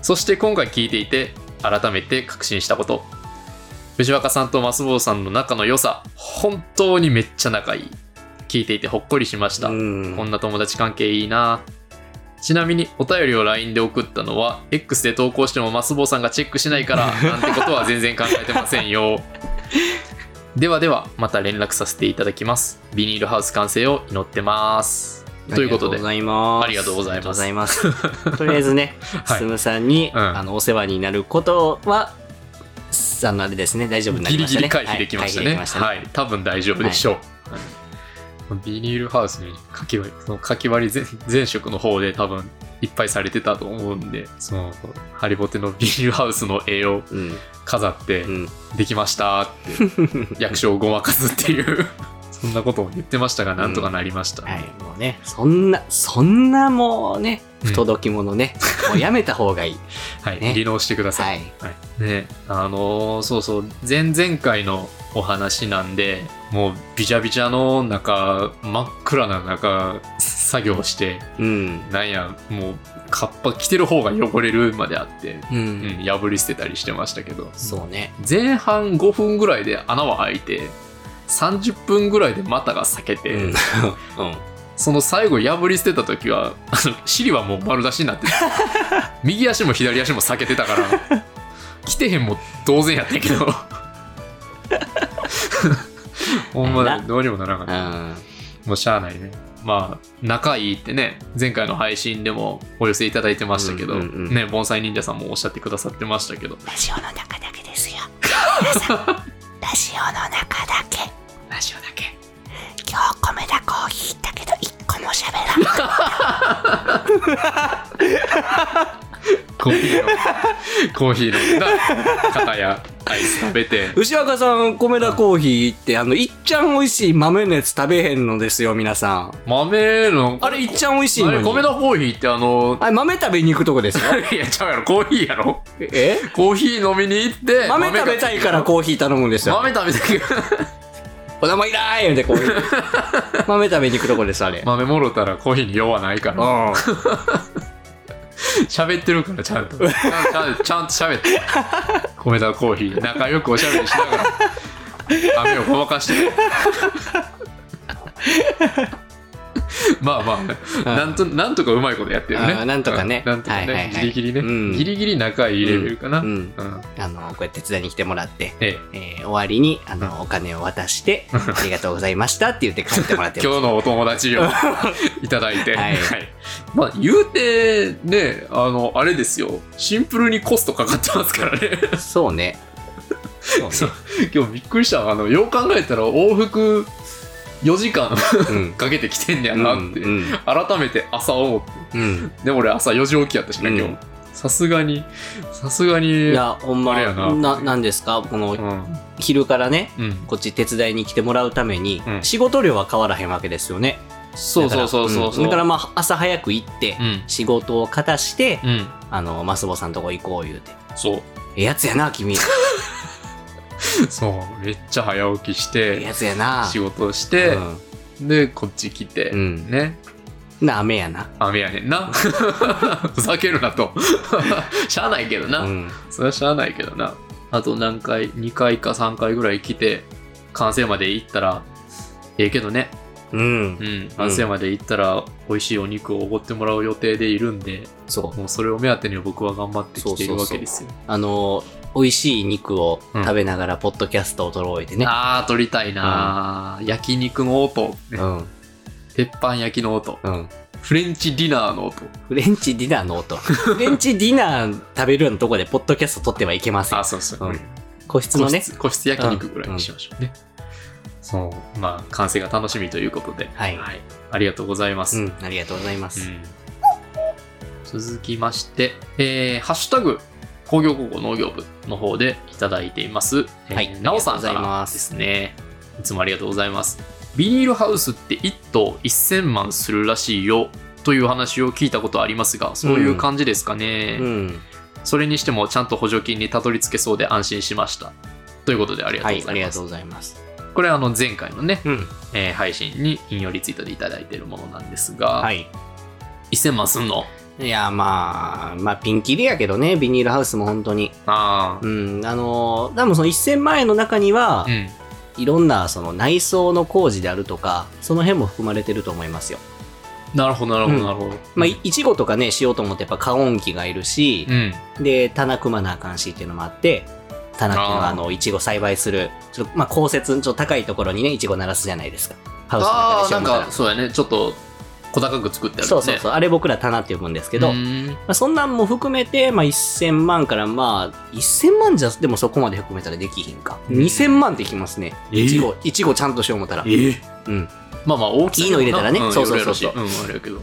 Speaker 1: そして今回聞いていて改めて確信したこと藤若さんと増坊さんの仲の良さ本当にめっちゃ仲いい聞いていてほっこりしました、
Speaker 2: うん
Speaker 1: こんな友達関係いいなちなみにお便りを LINE で送ったのは X で投稿してもマスボウさんがチェックしないからなんてことは全然考えてませんよ ではではまた連絡させていただきますビニールハウス完成を祈ってますということで
Speaker 2: ありが
Speaker 1: ありが
Speaker 2: と
Speaker 1: と
Speaker 2: う
Speaker 1: う
Speaker 2: ご
Speaker 1: ご
Speaker 2: ざ
Speaker 1: ざ
Speaker 2: い
Speaker 1: い
Speaker 2: ま。
Speaker 1: ますす
Speaker 2: ありがとうございます。とりあえずね、
Speaker 1: はい
Speaker 2: すむさんに、
Speaker 1: うん
Speaker 2: あのお世話になることは、あのあれですね、大丈夫にな
Speaker 1: ギ
Speaker 2: り
Speaker 1: リ
Speaker 2: まし
Speaker 1: ギ
Speaker 2: たね。
Speaker 1: リ回避できましたね
Speaker 2: はい
Speaker 1: はい、多分大丈夫でしょう、はいビニールハウスにかき割りそのかき割り前前職の方で多分いっぱいされてたと思うんでそのハリボテのビニールハウスの絵を
Speaker 2: 回避でき
Speaker 1: 飾
Speaker 2: ま
Speaker 1: って、
Speaker 2: した
Speaker 1: できましたって
Speaker 2: ねうん。 うん。
Speaker 1: 役所をごまかすっていう そんなことを言ってましたがなんとかなりました、
Speaker 2: はい、もうね、そんな、そんなもうね、
Speaker 1: うん
Speaker 2: 不届き者 ね、もうやめた方がいい。
Speaker 1: はい
Speaker 2: ね
Speaker 1: 離農してくださ、
Speaker 2: はいい。
Speaker 1: はいねあのーそうそう前々回のお話なんでもうびちゃびちゃの中真っ暗な中作業して
Speaker 2: うん。
Speaker 1: なんやもうカッパ着てる方が汚れるまであって、
Speaker 2: うん。
Speaker 1: うん、破り捨てたりしてましたけど
Speaker 2: そうね。
Speaker 1: 前半5分ぐらいで穴は開いて30分ぐらいで股が裂けて、
Speaker 2: うん。うん
Speaker 1: その最後破り捨てた時はあの尻はもう丸出しになってた 右足も左足も避けてたから来てへんも同然やったけ どほんまどうにもならんかっ
Speaker 2: うん。
Speaker 1: たもうしゃあないねまあ仲いいってね前回の配信でもお寄せいただいてましたけど、
Speaker 2: うんうんうん
Speaker 1: ね盆栽忍者さんもおっしゃってくださってましたけど
Speaker 2: ラジオの中だけですよ。皆さん、ラジオの中だけ。
Speaker 1: ラジオだけ
Speaker 2: 今日米田コーヒー行ったけど、一個も喋らない。
Speaker 1: コーヒーのコーヒーのな方やアイス食べて。
Speaker 2: 牛若さん、米田コーヒーって、あの、いっちゃん美味しい豆のやつ食べへんのですよ、皆さん。
Speaker 1: 豆の、
Speaker 2: あれ、いっちゃん美味しいの
Speaker 1: あれ、
Speaker 2: に。
Speaker 1: 米のコーヒーってあの、
Speaker 2: あれ、豆食べに行くと こですよ。
Speaker 1: いや、ちゃうやろ、コーヒーやろ。
Speaker 2: え
Speaker 1: コーヒー飲みに行って、
Speaker 2: 豆食べたいからコーヒー頼むんですよ。
Speaker 1: 豆食べたいから。
Speaker 2: お玉いらーいってコーヒー。 豆食べに行くとこです、あれ。
Speaker 1: 豆もろたらコーヒーに用はないから。
Speaker 2: うん。
Speaker 1: 喋ってるから、ちゃんと。ちゃんちゃんと喋 って。米田コーヒー、仲良くおしゃべりしながら、雨をごまか して。まあまあ、なんと、なんとかうまいことやってる
Speaker 2: あ
Speaker 1: ね。
Speaker 2: ーなんとかね
Speaker 1: うんなんとか
Speaker 2: はいはい
Speaker 1: ね。
Speaker 2: は
Speaker 1: ギリ
Speaker 2: い
Speaker 1: ギリね
Speaker 2: うん。
Speaker 1: ギリギリ仲いいレベルかな。
Speaker 2: う
Speaker 1: うんん。
Speaker 2: あの、こうやって手伝いに来てもらって、
Speaker 1: ええ
Speaker 2: えー終わりに、あの、お金を渡 して、ありがとうございましたって言って帰ってもらってます
Speaker 1: 今日のお友 達をいただいて、
Speaker 2: は
Speaker 1: はいいまあ言うてねあのあれですよシンプルにコストかかってますから ね
Speaker 2: そうね。そう
Speaker 1: そう今日びっくりしたあのよう考えたら往復4時間
Speaker 2: ね。
Speaker 1: かけてきてんねや
Speaker 2: うん。
Speaker 1: な
Speaker 2: う
Speaker 1: っ
Speaker 2: ん
Speaker 1: て、
Speaker 2: うん
Speaker 1: 改めて朝思って
Speaker 2: うん。
Speaker 1: でも俺朝4時起きやったしね今
Speaker 2: う
Speaker 1: 日
Speaker 2: ん
Speaker 1: さすがにさすがに
Speaker 2: いや、ほんま、
Speaker 1: あれやな
Speaker 2: な、なんですか
Speaker 1: う
Speaker 2: この、
Speaker 1: ん
Speaker 2: 昼からね、
Speaker 1: うん
Speaker 2: こっち手伝いに来てもらうために
Speaker 1: う、ん
Speaker 2: 仕事量は変わらへんわけですよね。
Speaker 1: そうそうそうそうそう
Speaker 2: だから,、んだからまあ、朝早く行って
Speaker 1: う、ん
Speaker 2: 仕事をかたして、
Speaker 1: うん
Speaker 2: あの、マスボさんとこ行こう言うて。
Speaker 1: そう
Speaker 2: ええやつやな、 君。え
Speaker 1: そうめっちゃ早起きし
Speaker 2: え
Speaker 1: て
Speaker 2: やつやな。
Speaker 1: 仕事して、
Speaker 2: うん
Speaker 1: でこっち来て、
Speaker 2: うん
Speaker 1: ね
Speaker 2: な、雨やな。
Speaker 1: 雨やねんな ふざけるなと しゃあないけどな、
Speaker 2: うん。
Speaker 1: それはしゃあないけどなあと何回2回か3回ぐらい来て完成まで行ったらええけどね
Speaker 2: うん
Speaker 1: う。ん完成まで行ったら美味しいお肉をおごってもらう予定でいるんで
Speaker 2: そう。
Speaker 1: もうそれを目当てに僕は頑張ってきているわけですよ
Speaker 2: あの、美味しい肉を食べながら、ポッドキャストを撮ろうってね。
Speaker 1: あー撮りたいなー、焼肉の音、ね
Speaker 2: うん。
Speaker 1: 鉄板焼きの音
Speaker 2: うん。
Speaker 1: フレンチディナーの音
Speaker 2: フレンチディナー の音。フレンチディナー食べるようなとこで、ポッドキャスト撮ってはいけません
Speaker 1: あ。そうそう、
Speaker 2: うん個室のね。
Speaker 1: 個室個室焼肉ぐらいにしましょうね、そうまあ完成が楽しみということで
Speaker 2: は
Speaker 1: はいありがとうございます、
Speaker 2: う
Speaker 1: うん
Speaker 2: ん。ありがとうございます。
Speaker 1: 続きまして、えーハッシュタグ工業高校農業部の方でいただいています、えー
Speaker 2: はい
Speaker 1: なおさんか
Speaker 2: ありがとうござい
Speaker 1: ら
Speaker 2: ま
Speaker 1: ですすねいつもありがとうございますビニールハウスって1棟1000万するらしいよという話を聞いたことありますがそういう感じですかね、
Speaker 2: うん。
Speaker 1: それにしてもちゃんと補助金にたどり着けそうで安心しました。ということでありが
Speaker 2: は
Speaker 1: とうご
Speaker 2: い。あ
Speaker 1: ざ
Speaker 2: り
Speaker 1: い
Speaker 2: が
Speaker 1: ます。
Speaker 2: とうございます。
Speaker 1: これはあの前回のね、
Speaker 2: うん。
Speaker 1: えー配信に引用リツイートでいただいているものなんですが、
Speaker 2: はい。
Speaker 1: 1000万すんの
Speaker 2: いや、まあ、まあ、ピンキリやけどね、ビニールハウスも本当に。
Speaker 1: あ
Speaker 2: うん。あの、多分その1000万円の中には
Speaker 1: あ、う、ん。
Speaker 2: いろんなその内装の工事であるとか、その辺も含まれてると思いますよ。
Speaker 1: なるほど、なるほ
Speaker 2: うん
Speaker 1: ど、なるほど。
Speaker 2: まあ、いいちごとかね、しようと思ってやっぱ加温器がいるし
Speaker 1: う、ん。
Speaker 2: で、棚組まなあかんしっていうのもあって、棚っていうのはあの、いちご栽培する、ちょっと、まあ、公設、ちょっと高いところにね、いちご鳴らすじゃないですか。ハウスの中
Speaker 1: あ
Speaker 2: で
Speaker 1: あ、
Speaker 2: しょ
Speaker 1: な
Speaker 2: み
Speaker 1: ん
Speaker 2: たい
Speaker 1: かそうやね、ちょっと小高く作ってあるね。
Speaker 2: そうそうそう。あれ僕ら棚って呼ぶんですけど、
Speaker 1: う
Speaker 2: ま
Speaker 1: ーん
Speaker 2: あ、そんなんも含めて、まあ、1000万から、まあ、1000万じゃ、でもそこまで含めたらできひんか。
Speaker 1: うん
Speaker 2: 2000万ってきますね。
Speaker 1: えー
Speaker 2: いちご、いちごちゃんとしよう思ったら。うん。
Speaker 1: ええ
Speaker 2: うん。
Speaker 1: まあまあ大きい
Speaker 2: いいの入れたらね
Speaker 1: ん
Speaker 2: そうそ
Speaker 1: い
Speaker 2: う
Speaker 1: ろいろ
Speaker 2: そう
Speaker 1: やろしうん、あれやけど。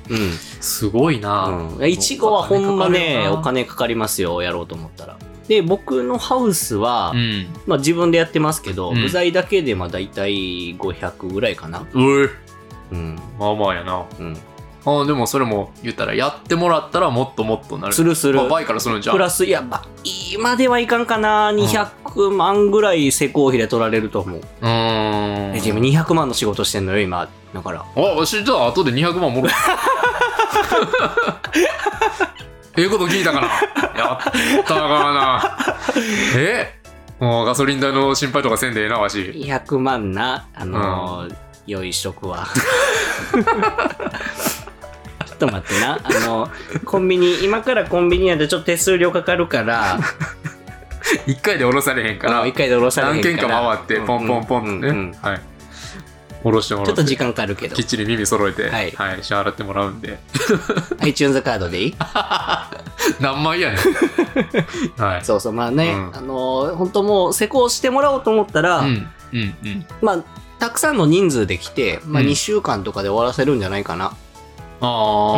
Speaker 1: すごいな。
Speaker 2: うん、いちごはほんまね、お金かかりますよ、やろうと思ったら。で、僕のハウスは、
Speaker 1: うん。
Speaker 2: まあ自分でやってますけど、
Speaker 1: うん
Speaker 2: 部材だけでまあ大体500ぐらいかな。
Speaker 1: うえ、
Speaker 2: うん。
Speaker 1: まあまあやな。
Speaker 2: うん。
Speaker 1: あーでもそれも言ったらやってもらったらもっともっとなる
Speaker 2: するする
Speaker 1: まあ、。倍からするんじゃん
Speaker 2: プラス、いや、ば、今ではいかんかな。200万ぐらい施工費で取られると思う。
Speaker 1: うーん
Speaker 2: え、自分200万の仕事してんのよ、今。だから。
Speaker 1: あわしじゃあ後で200万も ろうええこと聞いたかなやったからなえもうガソリン代の心配とかせんでええなわし
Speaker 2: 200万な、あのーよい食 は。ちょっと待ってな。あの、コンビニ、今からコンビニやでちょっと手数料かかるから、
Speaker 1: 一回で下ろされへんか
Speaker 2: あの
Speaker 1: ら
Speaker 2: 一回で下ろされへ
Speaker 1: 何
Speaker 2: ん
Speaker 1: 軒
Speaker 2: から。
Speaker 1: か回ってポンポンポンとね
Speaker 2: うんうんうん
Speaker 1: はい下ろしても
Speaker 2: ちょ
Speaker 1: ら
Speaker 2: っ
Speaker 1: っ
Speaker 2: と
Speaker 1: て
Speaker 2: 時間かかるけど
Speaker 1: きっ。ちり耳揃えて
Speaker 2: はい
Speaker 1: はい支払ってもらうんで
Speaker 2: iTunes カードでいい
Speaker 1: 何枚 やねんはい
Speaker 2: そうそう、まあね、
Speaker 1: うん
Speaker 2: あの、本当もう施工してもらおうと思ったら、
Speaker 1: うんうんうん
Speaker 2: まあ、たくさんの人数で来て、まあ
Speaker 1: うん
Speaker 2: 2週間とかで終わらせるんじゃないかな。
Speaker 1: ああ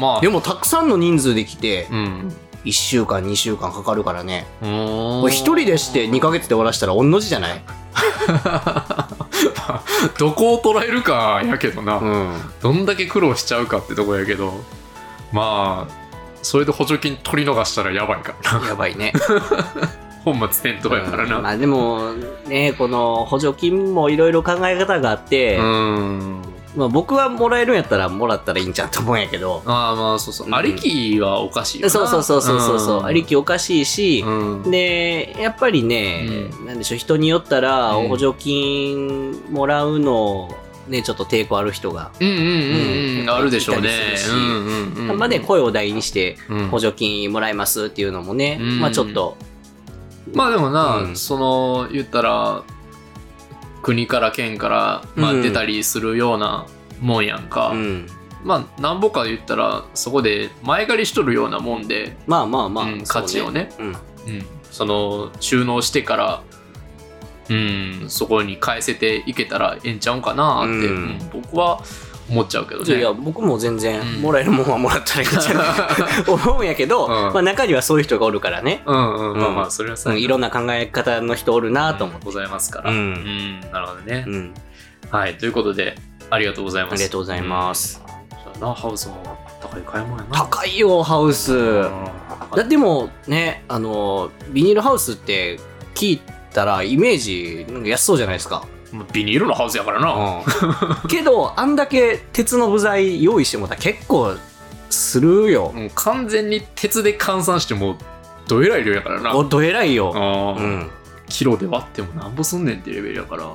Speaker 1: まあ
Speaker 2: でもたくさんの人数で来て
Speaker 1: う、ん。
Speaker 2: 1週間、2週間かかるからね。
Speaker 1: うーん
Speaker 2: これ一人でして2ヶ月で終わらしたら同じじゃない
Speaker 1: どこを捉えるかやけどな、
Speaker 2: うん。
Speaker 1: どんだけ苦労しちゃうかってとこやけどまあそれで補助金取り逃したらやばいからな
Speaker 2: やばいね。
Speaker 1: 本末転倒やから
Speaker 2: うん
Speaker 1: な
Speaker 2: まあでも、ね、この補助金もいろいろ考え方があって、
Speaker 1: うん
Speaker 2: まあ僕はもらえるんやったらもらったらいいんちゃうと思うんやけど、
Speaker 1: ああまあそうそう、
Speaker 2: うん
Speaker 1: ありきはおかしいよな
Speaker 2: そうそうそうそうそうそう、ありきおかしいし、
Speaker 1: うん、
Speaker 2: でやっぱりね、なんでしょう人によったら
Speaker 1: うん
Speaker 2: 補助金もらうのねちょっと抵抗ある人が、
Speaker 1: うんうんうんう
Speaker 2: うん
Speaker 1: んあるでしょうね
Speaker 2: いたりする
Speaker 1: う
Speaker 2: し
Speaker 1: んうんうん
Speaker 2: まあね声を大にして
Speaker 1: うん
Speaker 2: 補助金もらいますっていうのもね、
Speaker 1: うん
Speaker 2: まあちょっと
Speaker 1: まあでもな、
Speaker 2: うん
Speaker 1: その言ったら国から県から、まあ、
Speaker 2: うん
Speaker 1: 出たりするようなもんやんか、
Speaker 2: うん
Speaker 1: まあなんぼか言ったらそこで前借りしとるようなもんで、
Speaker 2: まあまあまあ、
Speaker 1: うん価値をね
Speaker 2: そうね
Speaker 1: うんその収納してからうんそこに返せていけたらええんちゃうんかなって、
Speaker 2: うん
Speaker 1: うん僕は思っちゃ うけど
Speaker 2: うんいや
Speaker 1: ね。
Speaker 2: いや僕も全然
Speaker 1: うん
Speaker 2: もらえるもんはもらったらいいんじ ゃないか思うんやけど、
Speaker 1: うん
Speaker 2: まあ、中にはそういう人がおるからね、
Speaker 1: うんうん、まあま
Speaker 2: う
Speaker 1: あそれは
Speaker 2: う
Speaker 1: さ、
Speaker 2: ん、いろんな考え方の人おるなと思って、
Speaker 1: ございますから、
Speaker 2: う
Speaker 1: うんんなるほどね、
Speaker 2: うん、
Speaker 1: はいということでありがとうございます
Speaker 2: ありがとうございます、
Speaker 1: うんそうやなハウスも高い買い物やな
Speaker 2: 高いよハウス、
Speaker 1: うん
Speaker 2: だってもうねあのビニールハウスって聞いたらイメージなんか安そうじゃないですか、
Speaker 1: もうビニールのハウスやからな、
Speaker 2: けどあんだけ鉄の部材用意してもらったら結構するよ
Speaker 1: もう完全に鉄で換算してもうどえらい量やからな
Speaker 2: おどえらいよ、
Speaker 1: うん
Speaker 2: うん
Speaker 1: キロで割ってもなんぼすんねんってレベルやから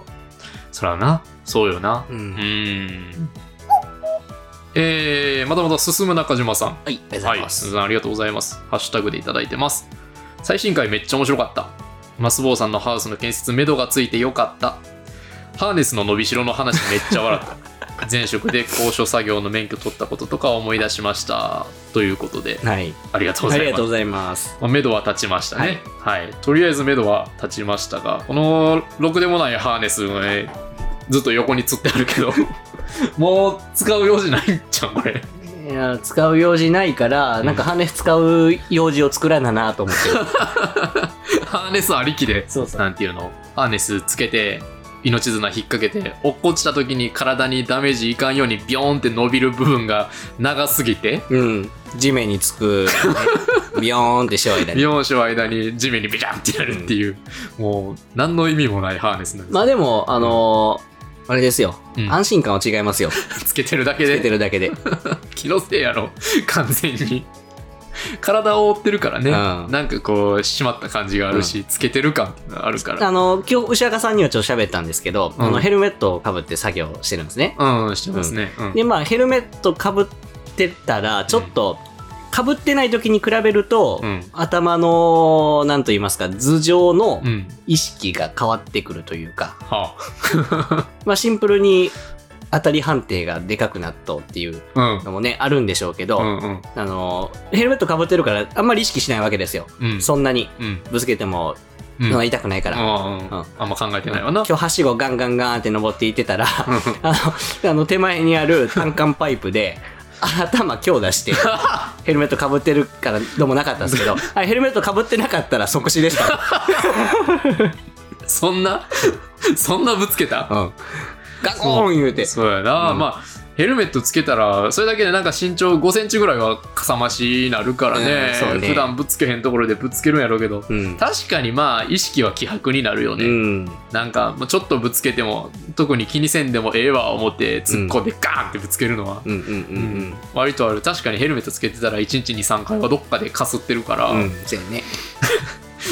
Speaker 1: そらなそうよな
Speaker 2: う
Speaker 1: うん
Speaker 2: ん
Speaker 1: んえー、またまた進む中島さん
Speaker 2: はいありがとうございます、
Speaker 1: はい、ありがとうございます。ハッシュタグでいただいてます。最新回めっちゃ面白かった。マスボウさんのハウスの建設、目処がついてよかった。ハーネスの伸びしろの話めっちゃ笑 った。前職で高所作業の免許取ったこととか思い出しました。ということで、
Speaker 2: はい、
Speaker 1: ありがとうご
Speaker 2: あ
Speaker 1: ざ
Speaker 2: り
Speaker 1: い
Speaker 2: が
Speaker 1: ま
Speaker 2: とう
Speaker 1: す
Speaker 2: ご。ざいます
Speaker 1: まあ、目処は立ちましたね、はい。とりあえず目処は立ちましたが、このろくでもないハーネスがね、ずっと横につってある けど、もう使う用事ないんちゃうこれ。
Speaker 2: いや使う用事ないから、なんか羽使う用事を作らななと思ってる
Speaker 1: ハーネスありきで
Speaker 2: そうそう
Speaker 1: なんていうのハーネスつけて命綱引っ掛けて落っこちた時に体にダメージいかんようにビョーンって伸びる部分が長すぎて
Speaker 2: うん地面につく、ね、 ビヨーンってしよう間
Speaker 1: ビ
Speaker 2: に
Speaker 1: ヨーンしの間に地面にビジャンってやるっていう、もう何の意味もないハーネスなんです、
Speaker 2: まあでもあのーあれですよ、
Speaker 1: うん
Speaker 2: 安心感は違いますよ
Speaker 1: つけてるだけ
Speaker 2: つけて
Speaker 1: で
Speaker 2: るだけで。
Speaker 1: 気のせいやろ 完全に体を覆ってるからね、
Speaker 2: うん
Speaker 1: なんかこう締まった感じがあるし、つけてる感っていうのがあるから
Speaker 2: あの、今日、牛若さんにはちょっと喋ったんですけど、
Speaker 1: うん
Speaker 2: あのヘルメットをかぶって作業してるんですね。
Speaker 1: うんしてますね、うん
Speaker 2: で、まあ、ヘルメットかぶってたら、ちょっと、かぶってない時に比べると、
Speaker 1: うん
Speaker 2: 頭の、なんと言いますか、頭上の
Speaker 1: うん
Speaker 2: 意識が変わってくるというか、
Speaker 1: は
Speaker 2: まあ、シンプルに当たり判定がでかくなったっていう
Speaker 1: あうん
Speaker 2: のもね、あるんでしょうけど、
Speaker 1: うんうん
Speaker 2: あの、ヘルメットかぶってるから、あんまり意識しないわけですよ。
Speaker 1: うん
Speaker 2: そんなに、
Speaker 1: うん
Speaker 2: ぶつけても、
Speaker 1: うん
Speaker 2: 痛くないから。
Speaker 1: うんうん
Speaker 2: うん
Speaker 1: あんま考えてないわな。
Speaker 2: 今日はしごガンガンガンって登っていってたら、あの、あの手前にある単管パイプで、頭強 打して、ヘルメットかぶってるからどうもなかったんですけど、あれヘルメットかぶってなかったら即死でした。
Speaker 1: そんな、そんなぶつけた
Speaker 2: うん。ガコーン言うて。
Speaker 1: そうやな、
Speaker 2: うん
Speaker 1: まあ、ヘルメットつけたら、それだけでなんか身長5センチぐらいはかさ増しになるからね,、
Speaker 2: うんそうね
Speaker 1: 普段ぶつけへんところでぶつけるんやろうけど、
Speaker 2: うん。
Speaker 1: 確かにまあ、意識は希薄になるよ
Speaker 2: う
Speaker 1: ね。
Speaker 2: ん。
Speaker 1: なんか、まあちょっとぶつけても、特に気にせんでもええわ思って、突っ込んでガーンってぶつけるのは、
Speaker 2: うんうんうん
Speaker 1: 割とある。確かにヘルメットつけてたら、1日に3回はどっかでかすってるから、
Speaker 2: うん。うん。そうやね。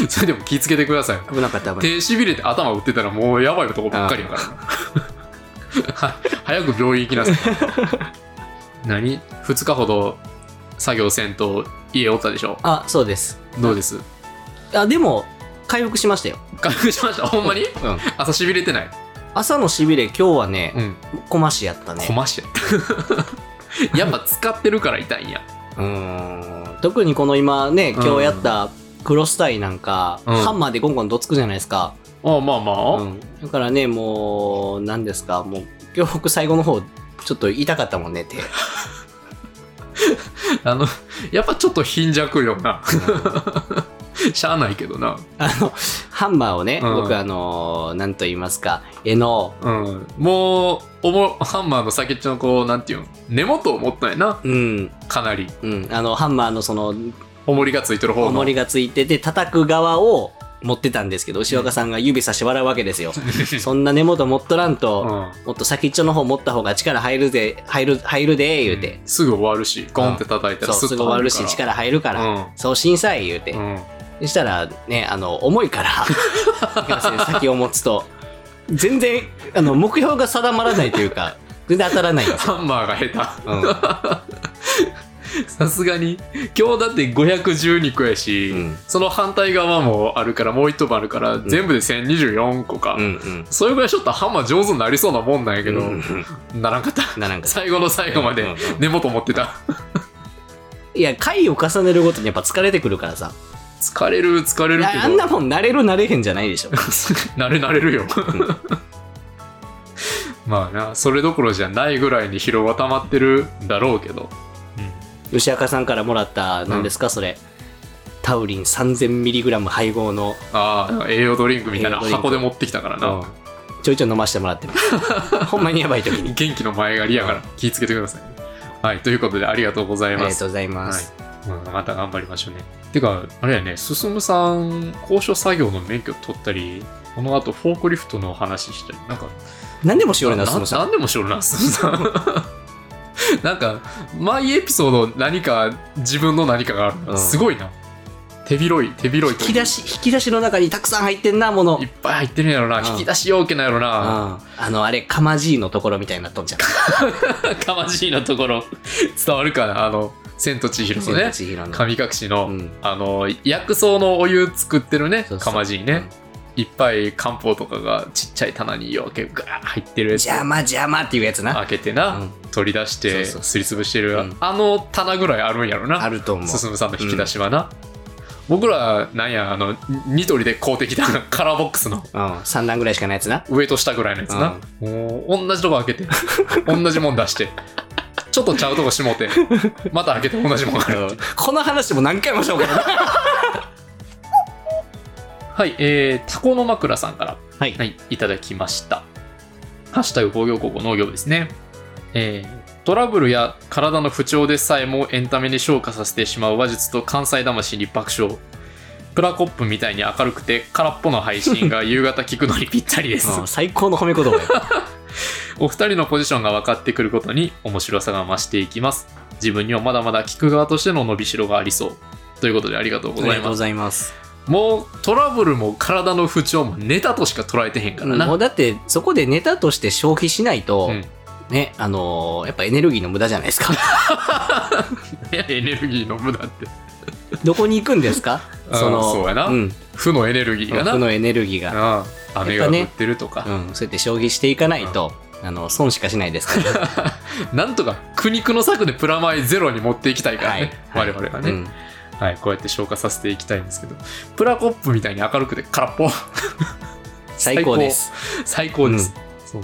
Speaker 1: それでも気ぃつけてください。
Speaker 2: 危なかった危なかっ
Speaker 1: 手しびれて頭打ってたらもうやばいとこばっかりやからなは早く病院行きな さい何2日ほど作業せんと家おったでしょ
Speaker 2: た。あ、そうです。
Speaker 1: どうです
Speaker 2: あ、でも、回復しましたよ。
Speaker 1: 回復しましたほんまに
Speaker 2: うん。
Speaker 1: 朝しびれてない
Speaker 2: 朝のしびれ、今日はね、
Speaker 1: うん
Speaker 2: こましやったね
Speaker 1: こ。ましやった やっぱ使ってるから痛いんや
Speaker 2: うーん特にこの今ね今日やったクロスタイなんか、
Speaker 1: うん
Speaker 2: ハンマーでゴンゴンどつくじゃないですか、
Speaker 1: ああまあまあ、
Speaker 2: うんだからねもう何ですかもう今日僕最後の方ちょっと痛かったもんねって
Speaker 1: あの、やっぱちょっと貧弱よな。 しゃあないけどな。
Speaker 2: あの、ハンマーをね、
Speaker 1: うん
Speaker 2: 僕あのー、なんと言いますか、柄の、
Speaker 1: うん。もう、おも、ハンマーの先っちょのこう、なんていうん、根元を持ったんやな。
Speaker 2: うん、
Speaker 1: かなり。
Speaker 2: うん、あの、ハンマーのその、
Speaker 1: 重りがついてる方の。
Speaker 2: 重りがついてて、叩く側を持ってたんですけど、牛若さんが指差し笑うわけですよ。 そんな根元持っとらんと、
Speaker 1: うん。
Speaker 2: もっと先っちょの方持った方が力入るぜ、入る、入るで、言うて。
Speaker 1: すぐ終わるし、ゴンって叩いた
Speaker 2: そ
Speaker 1: ら
Speaker 2: う、
Speaker 1: す
Speaker 2: す
Speaker 1: っと
Speaker 2: ぐ終わるし、力入るから。
Speaker 1: うん
Speaker 2: そうしんさい、言うて。
Speaker 1: うん。
Speaker 2: そしたら、ね、あの、重いから、いかんせん先を持つと、全然、あの、目標が定まらないというか、全然当たらないんですよ。
Speaker 1: ハンマーが下
Speaker 2: うん。
Speaker 1: 手。さすがに。今日だって512個やし、
Speaker 2: うん
Speaker 1: その反対側もあるから、もう一番あるから、
Speaker 2: ん
Speaker 1: 全部で1024個か。
Speaker 2: うんうん。
Speaker 1: それぐらいちょっとハンマー上手になりそうなもんなんやけど、
Speaker 2: うんうん
Speaker 1: ならんかった。
Speaker 2: ならんかった
Speaker 1: 最後の最後ま
Speaker 2: うんう
Speaker 1: で
Speaker 2: ん
Speaker 1: 根元持ってた。
Speaker 2: いや、回を重ねるごとにやっぱ疲れてくるからさ。
Speaker 1: 疲れる、疲れ
Speaker 2: い
Speaker 1: るけど。
Speaker 2: や、あんなもん慣れる慣れへんじゃないでしょ。
Speaker 1: 慣れ慣れるよ。 まあな、それどころじゃないぐらいに疲労は溜まってるんだろうけど。
Speaker 2: 吉赤さんからもらった、何ですか、それ。タウリン 3000mg 配合の
Speaker 1: ああ、なんか栄養ドリンクみたいな
Speaker 2: 栄養ドリンク
Speaker 1: 箱で持ってきたからな。
Speaker 2: ちょいちょい飲ませてもらってます。ほんまにやばい時に。
Speaker 1: 元気の前借りやから気をつけてください。はい、ということでありがとうござ
Speaker 2: あ
Speaker 1: い
Speaker 2: りが
Speaker 1: ま
Speaker 2: と
Speaker 1: す。
Speaker 2: うございます。
Speaker 1: はいうんまた頑張りましょうね。てか、あれやね、進さん、高所作業の免許取ったり、この後フォークリフトの話したり、なんか
Speaker 2: 何でもしような、
Speaker 1: な
Speaker 2: そのさ
Speaker 1: なんでもしよる な、すさん。なんか、毎エピソード何か、自分の何かがあるから、
Speaker 2: うん
Speaker 1: すごいな。手広い、手広いと
Speaker 2: 引き出し、引き出しの中にたくさん入ってんな、もの
Speaker 1: い。っぱい入ってるんやろな。
Speaker 2: うん
Speaker 1: 引き出しようけなんやろ
Speaker 2: うん
Speaker 1: な。
Speaker 2: あの、あれ、かまじいのところみたいになっとんじゃん。
Speaker 1: かまじいなところ、伝わるかな。あの、千と千尋のね、
Speaker 2: 千尋の
Speaker 1: 神隠しの、
Speaker 2: うん
Speaker 1: あの、薬草のお湯作ってるね
Speaker 2: そう、
Speaker 1: か
Speaker 2: そう
Speaker 1: まじいね。いっぱい漢方とかがちっちゃい棚にようけガーッ入ってるやつ。
Speaker 2: 邪魔邪魔っていうやつな。
Speaker 1: 開けてな、
Speaker 2: うん
Speaker 1: 取り出して
Speaker 2: そうそう
Speaker 1: すりつぶしてる、
Speaker 2: うん
Speaker 1: あの棚ぐらいあるんやろな
Speaker 2: あると思う。
Speaker 1: 進さんの引き出しはな、僕らなんやあのにニトリで買うてきたカラーボックスの
Speaker 2: うん。3段ぐらいしかないやつな。
Speaker 1: 上と下ぐらいのやつな、もう同じとこ 開けて同じもん出してちょっとちゃうとこしもうてまた開けて同じもんある
Speaker 2: この話も何回もしようかな。
Speaker 1: はいえー、タコの枕さんから
Speaker 2: はい。
Speaker 1: はい、いただきました。ハッシュタグ工業高校農業ですね。えートラブルや体の不調でさえもエンタメに昇華させてしまう話術と関西魂に爆笑。プラコップみたいに明るくて空っぽの配信が夕方聞くのにぴったりです。
Speaker 2: うん 最高の褒め言 葉よ。
Speaker 1: お二人のポジションが分かってくることに面白さが増していきます。自分にはまだまだ聞く側としての伸びしろがありそう。ということでありがとうご
Speaker 2: あり
Speaker 1: ざ
Speaker 2: が
Speaker 1: い
Speaker 2: とうご
Speaker 1: ます。
Speaker 2: ざいます。
Speaker 1: もうトラブルも体の不調もネタとしか捉えてへんからな。
Speaker 2: もうだって、そこでネタとして消費しないと、
Speaker 1: うん
Speaker 2: ね、あのーやっぱエネルギーの無駄じゃないですか。
Speaker 1: いやエネルギーの無駄って
Speaker 2: どこに行くんですか
Speaker 1: あー
Speaker 2: その、
Speaker 1: そうやな
Speaker 2: うん。
Speaker 1: 負のエネルギーがな、
Speaker 2: 負のエネルギー
Speaker 1: あ
Speaker 2: が。
Speaker 1: あ雨が降ってるとか、
Speaker 2: うん、そうやって将棋していかないと、あの損しかしないですから、ね
Speaker 1: なんとか苦肉の策でプラマイゼロに持っていきたいからね、
Speaker 2: はい
Speaker 1: 我々 はね、
Speaker 2: うん
Speaker 1: はい、こうやって消化させていきたいんですけどプラコップみたいに明るくて空っぽ
Speaker 2: 最高です
Speaker 1: 最高です、そう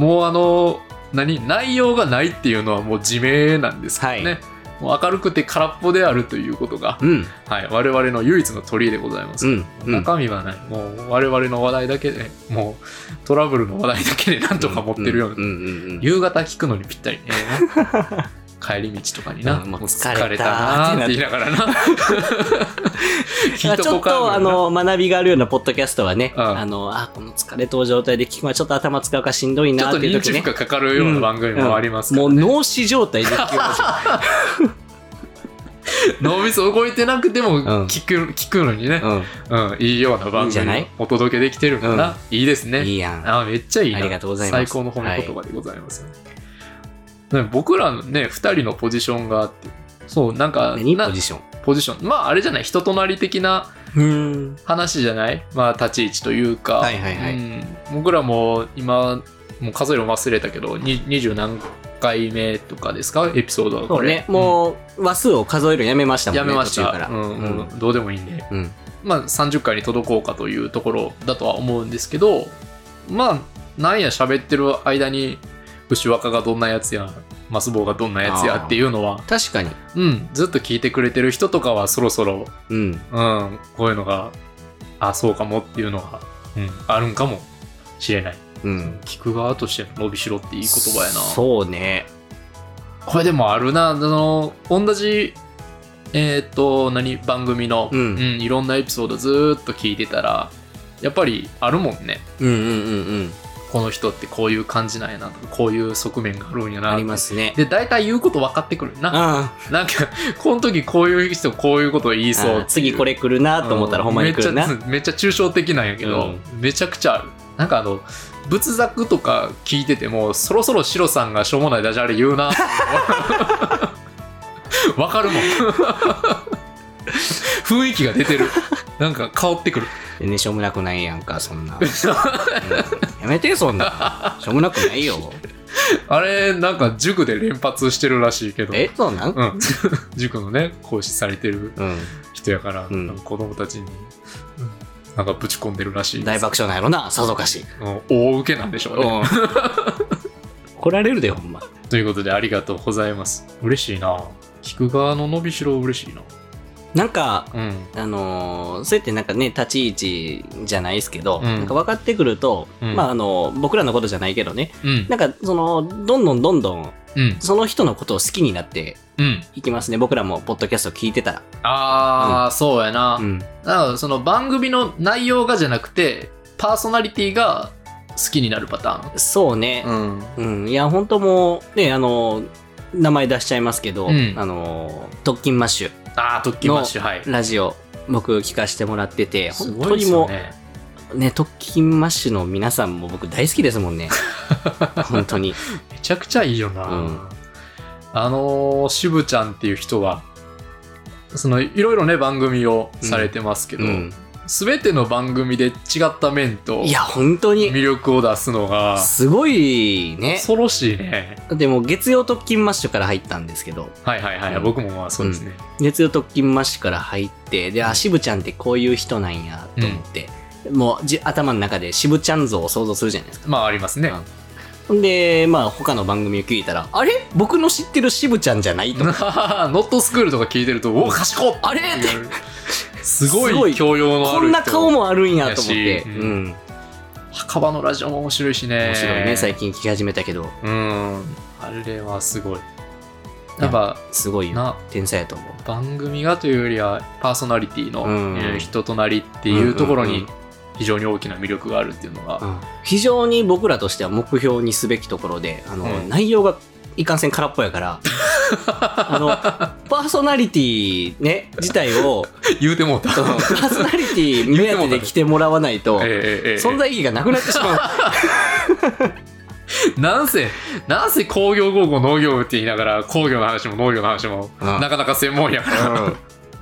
Speaker 1: もうあの何内容がないっていうのはもう自明なんですけどね、
Speaker 2: は
Speaker 1: もう明るくて空っぽであるということが、
Speaker 2: うん
Speaker 1: はい、我々の唯一の取り柄でございます、
Speaker 2: うんうん
Speaker 1: 中身はない、もう我々の話題だけでもうトラブルの話題だけでなんとか持ってるような、
Speaker 2: うんうんうん
Speaker 1: 夕方聞くのにぴったりね 帰り道とかにな、
Speaker 2: うんも
Speaker 1: も
Speaker 2: う
Speaker 1: う
Speaker 2: 疲れた
Speaker 1: 疲れたなーって言いながらな 聞 い
Speaker 2: あち
Speaker 1: と
Speaker 2: ょ
Speaker 1: こ
Speaker 2: っ
Speaker 1: か
Speaker 2: とあ
Speaker 1: みたいな
Speaker 2: の学びがあるようなポッドキャストはね、
Speaker 1: うん
Speaker 2: あのあこの疲れとう状態で聞くのはちょっと頭使うからしんどい
Speaker 1: ちょっ
Speaker 2: なっ
Speaker 1: と
Speaker 2: ていう
Speaker 1: 認知
Speaker 2: 時
Speaker 1: 負
Speaker 2: ね
Speaker 1: 荷かかるような番組もありますから、
Speaker 2: もう脳死状態で聞きましょ
Speaker 1: 脳みそ動いてなくても聞く,、聞くのにね
Speaker 2: う、、
Speaker 1: うんいいような
Speaker 2: いい
Speaker 1: 番
Speaker 2: んじゃ
Speaker 1: 組
Speaker 2: な
Speaker 1: を
Speaker 2: い
Speaker 1: お届けできてるかな、いいです
Speaker 2: う
Speaker 1: ね
Speaker 2: ん、いいやん
Speaker 1: あめっちゃいいな
Speaker 2: ありがとうございま
Speaker 1: 最
Speaker 2: す
Speaker 1: 高の褒め言葉でございます、ねね僕らのね2人のポジションがあってそうなんか
Speaker 2: 何
Speaker 1: な
Speaker 2: ポジショ
Speaker 1: ポジションまああれじゃない人となり的な
Speaker 2: ンうん
Speaker 1: 話じゃないまあ立ち位置というか、
Speaker 2: はいはいはい
Speaker 1: うん僕らも今もう数えるの忘れたけどに二十何回目とかですかエピソードは
Speaker 2: そ
Speaker 1: こ
Speaker 2: う
Speaker 1: れ
Speaker 2: ねもう話数を数えるのやめました
Speaker 1: うん
Speaker 2: もんね
Speaker 1: やめまし
Speaker 2: 途
Speaker 1: た
Speaker 2: 中から
Speaker 1: うん
Speaker 2: う
Speaker 1: も
Speaker 2: ん
Speaker 1: うどうでもいいんで
Speaker 2: うん
Speaker 1: まあ、30回に届こうかというところだとは思うんですけどまあなんや喋ってる間に牛若がどんなやつやマスボウがどんなやつやっていうのは、
Speaker 2: 確かに。
Speaker 1: うん、ずっと聞いてくれてる人とかはそろそろ、
Speaker 2: うん。
Speaker 1: うん、こういうのが、あ、そうかもっていうのが、うん、あるんかもしれない。
Speaker 2: うん。
Speaker 1: 聞く側としての伸びしろっていい言葉やな。
Speaker 2: そうね。
Speaker 1: これでもあるな、あの、同じ、えーっと、何、番組の、
Speaker 2: うん
Speaker 1: いろんなエピソードずーっと聞いてたら、やっぱりあるもんね。
Speaker 2: うんうんうんうん。
Speaker 1: この人ってこういう感じなんやな、こういう側面があるんやな。
Speaker 2: ありますね。
Speaker 1: で、大体言うこと分かってくるな。
Speaker 2: あ
Speaker 1: なんか、この時こういう人こういうこと言いそうってい
Speaker 2: あ
Speaker 1: う。
Speaker 2: 次これ来るなと思ったらほんまに来るな
Speaker 1: めっ。ちゃめっちゃ抽象的なんやけど、めちゃくちゃあるなんかあの仏作とか聞いててもそろそろシロさんがしょうもないダジャレ言うなって いうのはわかるもん 雰囲気が出てるなんか香ってくる
Speaker 2: 全然しょうもなくないやんか、そんな。うんやめて、そんな。しょうもなくな いよ。
Speaker 1: あれなんか塾で連発してるらしいけど
Speaker 2: え、そうなん
Speaker 1: うん 塾のね講師されてる
Speaker 2: う
Speaker 1: 人やから、
Speaker 2: うん
Speaker 1: なんか子供たちにうんなんかぶち込んでるらしい
Speaker 2: ん。
Speaker 1: で
Speaker 2: 大
Speaker 1: す
Speaker 2: 爆笑なんやろな、さぞかし。
Speaker 1: うん大受けなんでしょうね
Speaker 2: うん怒られるで、ほんま。
Speaker 1: ということでありがとうございます嬉しいな聞く側の伸びしろ嬉しいな
Speaker 2: なんか、
Speaker 1: うん
Speaker 2: あのーそうやってなんかね、立ち位置じゃないですけど、
Speaker 1: うん
Speaker 2: なんか分かってくると、
Speaker 1: うん
Speaker 2: まあ、あの僕らのことじゃないけどね、
Speaker 1: うん
Speaker 2: なんか、その、どんどんどんどん、
Speaker 1: うん
Speaker 2: その人のことを好きになって
Speaker 1: うん
Speaker 2: いきますね。僕らも、ポッドキャスト聞いてたら。
Speaker 1: ああ、そうやな、
Speaker 2: うん。
Speaker 1: だからその番組の内容がじゃなくてパーソナリティが好きになるパタ
Speaker 2: そうね。
Speaker 1: ーン
Speaker 2: うん、いや、本当もう、ね、あの、名前出しちゃいますけど、
Speaker 1: うん
Speaker 2: あの、特勤マッシュ、
Speaker 1: ああ特訓マッシュはい
Speaker 2: ラジオ、僕聞かせてもらってて、
Speaker 1: す
Speaker 2: 本
Speaker 1: ご
Speaker 2: 当
Speaker 1: いで
Speaker 2: に
Speaker 1: す
Speaker 2: も
Speaker 1: よ
Speaker 2: う、ね
Speaker 1: ね
Speaker 2: 特勤マッシュの皆さんも僕大好きですも んね。本当に。
Speaker 1: めちゃくちゃいいよな、
Speaker 2: うん
Speaker 1: あのーしぶちゃんっていう人はそのいろいろね番組をされてますけど、
Speaker 2: うん。
Speaker 1: 全ての番組で違った面と
Speaker 2: いや、本当に、
Speaker 1: 魅力を出すのが
Speaker 2: すごいね。
Speaker 1: 恐ろしいね
Speaker 2: でも、月曜特勤マッシュから入ったんですけど、
Speaker 1: はいはいはい、
Speaker 2: うん
Speaker 1: 僕もまあそうですね、
Speaker 2: 月曜特勤マッシュから入って、で、あ、渋ちゃんってこういう人なんや、と思って、もうじ頭の中で渋ちゃん像を想像するじゃないですか。
Speaker 1: まあありますね、
Speaker 2: うんほんで、まあ、他の番組を聞いたら、あれ僕の知ってる渋ちゃんじゃない と。
Speaker 1: ノットスクールとか聞いてるとおお賢っ
Speaker 2: あれ
Speaker 1: っていうすご
Speaker 2: すご
Speaker 1: い
Speaker 2: い
Speaker 1: 教養のある人
Speaker 2: こんな顔もあるんやと思って。
Speaker 1: う
Speaker 2: うんん。
Speaker 1: 墓場のラジオも面白いしね
Speaker 2: 面白いね、最近聞き始めたけど、
Speaker 1: うんあれはすごいやっぱ
Speaker 2: すごいよ。
Speaker 1: な
Speaker 2: 天才やと思う。
Speaker 1: 番組がというよりはパーソナリティの、
Speaker 2: うん
Speaker 1: えー人となりっていうところ
Speaker 2: うん
Speaker 1: に
Speaker 2: うん
Speaker 1: 非常に大きな魅力があるっていうのが、
Speaker 2: うん非常に僕らとしては目標にすべきところで、あの、
Speaker 1: うん
Speaker 2: 内容がいかんせん空っぽや から、あの、パーソナリティね、自体を、
Speaker 1: 言うてもうた、
Speaker 2: うんパーソナリティ目当てで来てもらわないと
Speaker 1: え、えええええ
Speaker 2: 存在意義がなくなってしまう。
Speaker 1: なんせ、なんせ工業高校農業部って言いながら工業の話も農業の話も
Speaker 2: うん
Speaker 1: なかなか専門やから、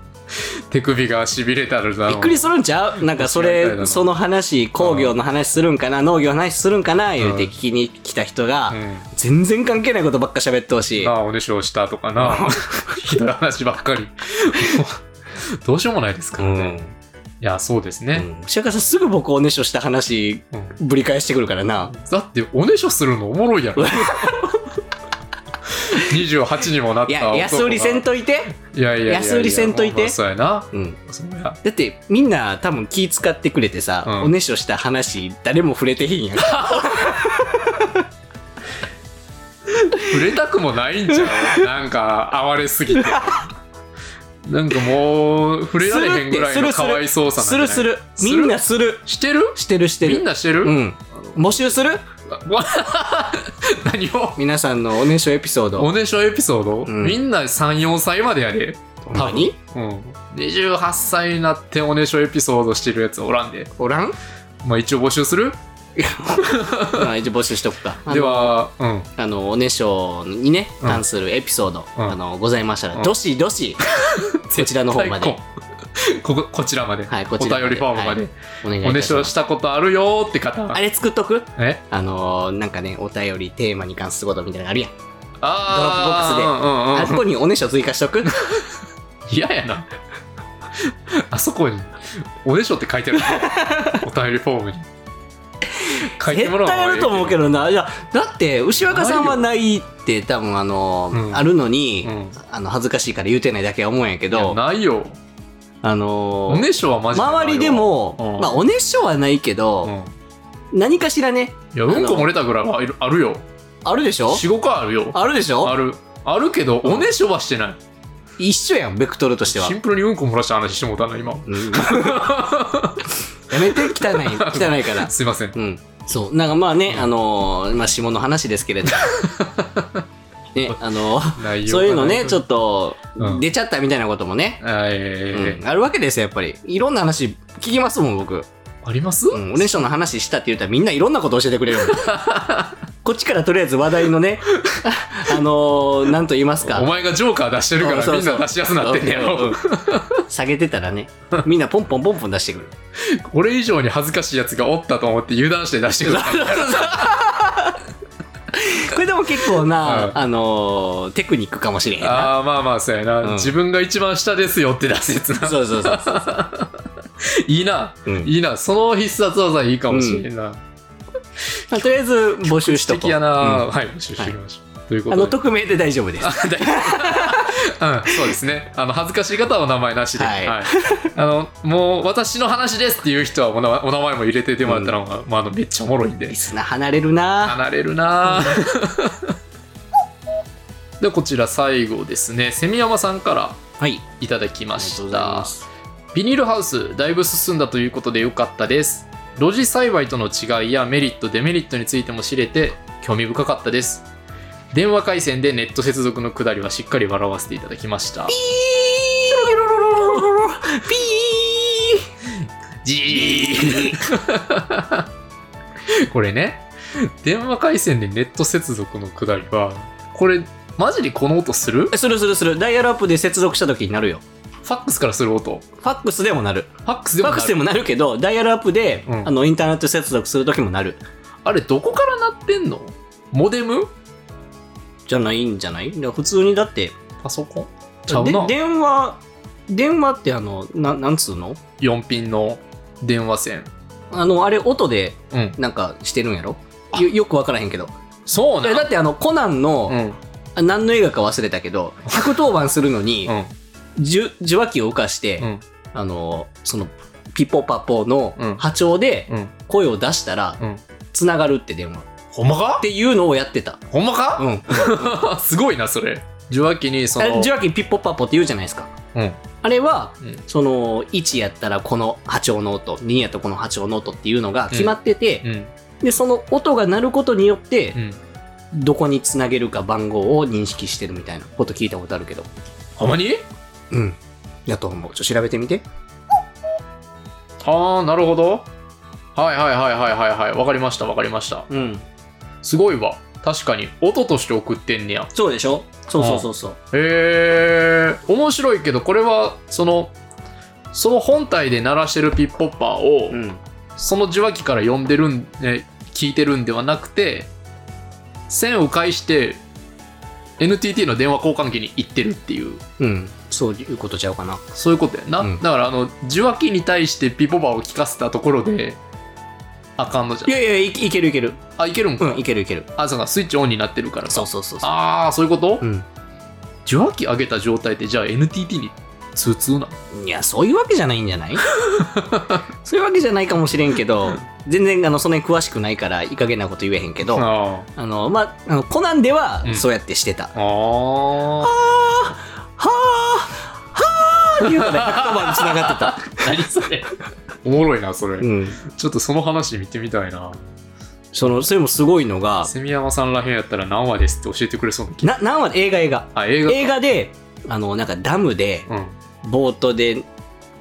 Speaker 1: 手首がしびれたるだ
Speaker 2: びっくりするんちゃうなんかそ
Speaker 1: 間違いないだろ
Speaker 2: れその話工業の話するんかな農業の話するんかな言うて聞きに来た人が、
Speaker 1: うん、
Speaker 2: 全然関係ないことばっか喋ってほしい
Speaker 1: なあおねしょをしたとかな ひどい話ばっかり どうしようもないですからね、いやそうですね、
Speaker 2: うん白川さんすぐ僕おねしょした話
Speaker 1: うん
Speaker 2: ぶり返してくるからな
Speaker 1: だっておねしょするのおもろいや ろ28にもなっ
Speaker 2: い
Speaker 1: た男
Speaker 2: や
Speaker 1: が
Speaker 2: 安売りせんといて、
Speaker 1: いやいやいやいや
Speaker 2: 安売りせんといて
Speaker 1: まあそうやな
Speaker 2: うん、
Speaker 1: そうや
Speaker 2: だってみんな多分気使ってくれてさ、
Speaker 1: うん
Speaker 2: おねしょした話誰も触れてへんやんい
Speaker 1: 触れたくもないんちゃうなんか哀れす ぎてなんかもう触れられへんぐらいの
Speaker 2: するってするす
Speaker 1: か
Speaker 2: る
Speaker 1: わい そうさなんじ
Speaker 2: す
Speaker 1: ゃない
Speaker 2: るするみんなする
Speaker 1: してる
Speaker 2: してるしてる
Speaker 1: みんなしてる、
Speaker 2: うん募集する
Speaker 1: わ 何を
Speaker 2: 皆さんのおねしょエピソー
Speaker 1: お
Speaker 2: ド
Speaker 1: ねしょエピソード、
Speaker 2: うん
Speaker 1: みんな34歳までやで多分
Speaker 2: 何
Speaker 1: うん28歳になっておねしょエピソードしてるやつおらんで
Speaker 2: おらん
Speaker 1: まあ一応募集する
Speaker 2: まあ一応募集しとくか。
Speaker 1: ではうん
Speaker 2: あの、おねしょにね、
Speaker 1: うん
Speaker 2: 関するエピソード、
Speaker 1: うん
Speaker 2: あの、ございましたら、
Speaker 1: うん
Speaker 2: どし どし、こちらの方まで
Speaker 1: 絶対こん こここちらまで、
Speaker 2: はい、こちら
Speaker 1: お便りフォームまで、
Speaker 2: はいお願いい
Speaker 1: おね
Speaker 2: た
Speaker 1: し
Speaker 2: し
Speaker 1: ょ
Speaker 2: ま
Speaker 1: し
Speaker 2: す。
Speaker 1: たことあるよーって方
Speaker 2: あれ作っとく
Speaker 1: え
Speaker 2: あの、なんかね、お便りテーマに関することみたいなのあるやん。
Speaker 1: あ
Speaker 2: ドロ
Speaker 1: あ
Speaker 2: あそこにおねしょ追加しとく
Speaker 1: 嫌やなあそこに「おねしょ」って書いてあるお便りフォームに書いても
Speaker 2: 絶
Speaker 1: らう
Speaker 2: 対あると思うけどな。いや、だって、牛若さんはないって多分あの、
Speaker 1: うん
Speaker 2: あるのに、
Speaker 1: うん
Speaker 2: あの恥ずかしいから言うてないだけや思うんやけ
Speaker 1: いや
Speaker 2: ど、
Speaker 1: ないよ
Speaker 2: あの
Speaker 1: おねしょはマジでないわ
Speaker 2: 周りでも、
Speaker 1: うん
Speaker 2: まあおねしょはないけ
Speaker 1: うん
Speaker 2: ど、何かしらね、
Speaker 1: いやうんこ漏れたぐらいはあるあるよ
Speaker 2: あるでしょ
Speaker 1: 45個あるよ
Speaker 2: あるでしょ
Speaker 1: あるあるけど
Speaker 2: うん
Speaker 1: おねしょはしてない
Speaker 2: 一緒やん、ベクトルとしては
Speaker 1: シ。ンプルにうんこ漏らした話してもうたな今
Speaker 2: うんやめて、汚い、 汚いから。
Speaker 1: すいません
Speaker 2: うん。そう。なんかまあね、
Speaker 1: うん
Speaker 2: あのーまあ、下の話で すけれど。ね、あのー
Speaker 1: 内容
Speaker 2: そういうのね、ちょっと
Speaker 1: う、ん
Speaker 2: 出ちゃったみたいなこともね、
Speaker 1: とはいえ
Speaker 2: うんあるわけですよ、やっぱり。いろんな話聞きますもん、僕。
Speaker 1: あります
Speaker 2: うん、おねしょの話したって言ったらみんないろんなこと教えてくれ るもんこっちからとりあえず話題のね、 あのー、なんと言いますか。
Speaker 1: お前がジョーカー出してるか
Speaker 2: うん
Speaker 1: ら
Speaker 2: そう
Speaker 1: みん
Speaker 2: そう
Speaker 1: な出しやすくなってんねや
Speaker 2: うんうんう
Speaker 1: ろ
Speaker 2: ん下げてたら ね、みんなポンポンポンポン出してくる。
Speaker 1: 俺以上に恥ずかしいやつがおったと思って油断して出してくる
Speaker 2: これでも結構な、
Speaker 1: うん
Speaker 2: あのーテクニックかもしれへんな。
Speaker 1: ああまあまあそうやな、
Speaker 2: うん
Speaker 1: 自分が一番下ですよって出すやつな
Speaker 2: そうそうそうそう。
Speaker 1: いいな
Speaker 2: うん
Speaker 1: いいなその必殺技いいかもしれんな、
Speaker 2: まあ、とりあえず募集しと
Speaker 1: 素
Speaker 2: こ
Speaker 1: 敵
Speaker 2: う。
Speaker 1: やな、
Speaker 2: うん
Speaker 1: はい募集してきましょう、というこ
Speaker 2: あ
Speaker 1: とで
Speaker 2: の、匿名で大丈夫で す。
Speaker 1: あ大うん、そうですねあの恥ずかしい方はお名前なしで、
Speaker 2: はい
Speaker 1: あのもう私の話ですっていう人はお名前お名前も入れててもらったら、まあ、あのめっちゃおもろいんで
Speaker 2: リスナー 離れるな
Speaker 1: 離れるなあ でこちら最後ですねセミヤマさんから
Speaker 2: はい。
Speaker 1: いただき
Speaker 2: あ
Speaker 1: ま
Speaker 2: りが
Speaker 1: し
Speaker 2: とうござい
Speaker 1: た
Speaker 2: ます。
Speaker 1: ビニールハウスだいぶ進んだということで良かったです露地栽培との違いやメリットデメリットについても知れて興味深かったです電話回線でネット接続のくだりはしっかり笑わせていただきました
Speaker 2: ピ
Speaker 1: じーこれね電話回線でネット接続のくだりはこれマジでこの音する
Speaker 2: ーするするする。ダイヤルアップで接続した時になるよ。
Speaker 1: ファックスからする音
Speaker 2: ファックスでもなる。
Speaker 1: ファックス
Speaker 2: フ
Speaker 1: で
Speaker 2: ァ
Speaker 1: も
Speaker 2: ッ
Speaker 1: な
Speaker 2: ク
Speaker 1: る
Speaker 2: スでもなるけど、ダイヤルアップで、
Speaker 1: うん
Speaker 2: あの、インターネット接続する時もなる。
Speaker 1: あれどこから鳴ってんのモデム
Speaker 2: じゃないんじゃないだから普通にだって、
Speaker 1: パソコンちゃう
Speaker 2: で
Speaker 1: な
Speaker 2: 電話、電話ってあの、ななんつうの
Speaker 1: 4ピンの電話線
Speaker 2: あの、あれ音で
Speaker 1: うん
Speaker 2: なんかしてるんやろよよくわからへんけど。
Speaker 1: そう
Speaker 2: いや
Speaker 1: な
Speaker 2: だってあの、コナンの、
Speaker 1: うん
Speaker 2: あ何の映画か忘れたけど、110番 するのに、
Speaker 1: うん
Speaker 2: 受受話器を浮かして、
Speaker 1: うん
Speaker 2: あの、その、ピポパポの
Speaker 1: うん
Speaker 2: 波長で
Speaker 1: うん
Speaker 2: 声を出したら
Speaker 1: うん、
Speaker 2: つながるって電話。っ
Speaker 1: ほんまか
Speaker 2: ていうのをやってた。
Speaker 1: ほんまか、
Speaker 2: うん
Speaker 1: すごいなそれ受話器にそ
Speaker 2: あれ
Speaker 1: の
Speaker 2: 受話器ピポパポって言うじゃないですか。
Speaker 1: うん
Speaker 2: あれは、
Speaker 1: うん
Speaker 2: その、1やったらこの波長の音、2やったらこの波長の音っていうのが決まってて、
Speaker 1: うん
Speaker 2: で、その音が鳴ることによって
Speaker 1: う、ん
Speaker 2: どこにつなげるか番号を認識してるみたいなこと聞いたことあるけど。
Speaker 1: ほんまに
Speaker 2: うん。だと思う。ちょ、調べてみて。
Speaker 1: ああなるほどはいはいはいはいはいはいわかりましたわかりました
Speaker 2: うん。
Speaker 1: すごいわ確かに音として送ってんねや
Speaker 2: そうでしょそうそうそうそう。
Speaker 1: へえ面白いけどこれはそのその本体で鳴らしてるピッポッパーを、
Speaker 2: うん。
Speaker 1: その受話器から呼んでるん、え聞いてるんではなくて線を介して NTT の電話交換機に行ってるっていう
Speaker 2: うん。そういうことちゃうかな。
Speaker 1: そういうことやな、
Speaker 2: うん
Speaker 1: だからあの受話器に対してピポバを聞かせたところであかんのじゃ
Speaker 2: い
Speaker 1: ん
Speaker 2: やいや、いいけるいける。
Speaker 1: あいけるんか、
Speaker 2: うん、いけるいける。
Speaker 1: あそうかスイッチオンになってるから
Speaker 2: そ
Speaker 1: さ
Speaker 2: うそうそうそう。
Speaker 1: ああそういうこと、
Speaker 2: うん。
Speaker 1: 受話器上げた状態ってじゃあ NTT に通通ない
Speaker 2: や、そういうわけじゃないんじゃない そういうわけじゃないかもしれんけど、全然、あの、そんなに詳しくないから、いい加減なこと言えへんけど、
Speaker 1: あ
Speaker 2: あの、まあ、あのコナンでは
Speaker 1: う、ん
Speaker 2: そうやってしてた。
Speaker 1: あー
Speaker 2: はあはあっていうから、110番に繋がって た。
Speaker 1: 何それおもろいなそれ、
Speaker 2: うん。
Speaker 1: ちょっとその話見てみたいな
Speaker 2: その、それもすごいのが、
Speaker 1: セミヤマさんらへんやったら何話ですって教えてくれそうな気
Speaker 2: な、何話映画映画。
Speaker 1: あ、映画。
Speaker 2: 映画で、あの、なんかダムで、
Speaker 1: うん。
Speaker 2: ボートで、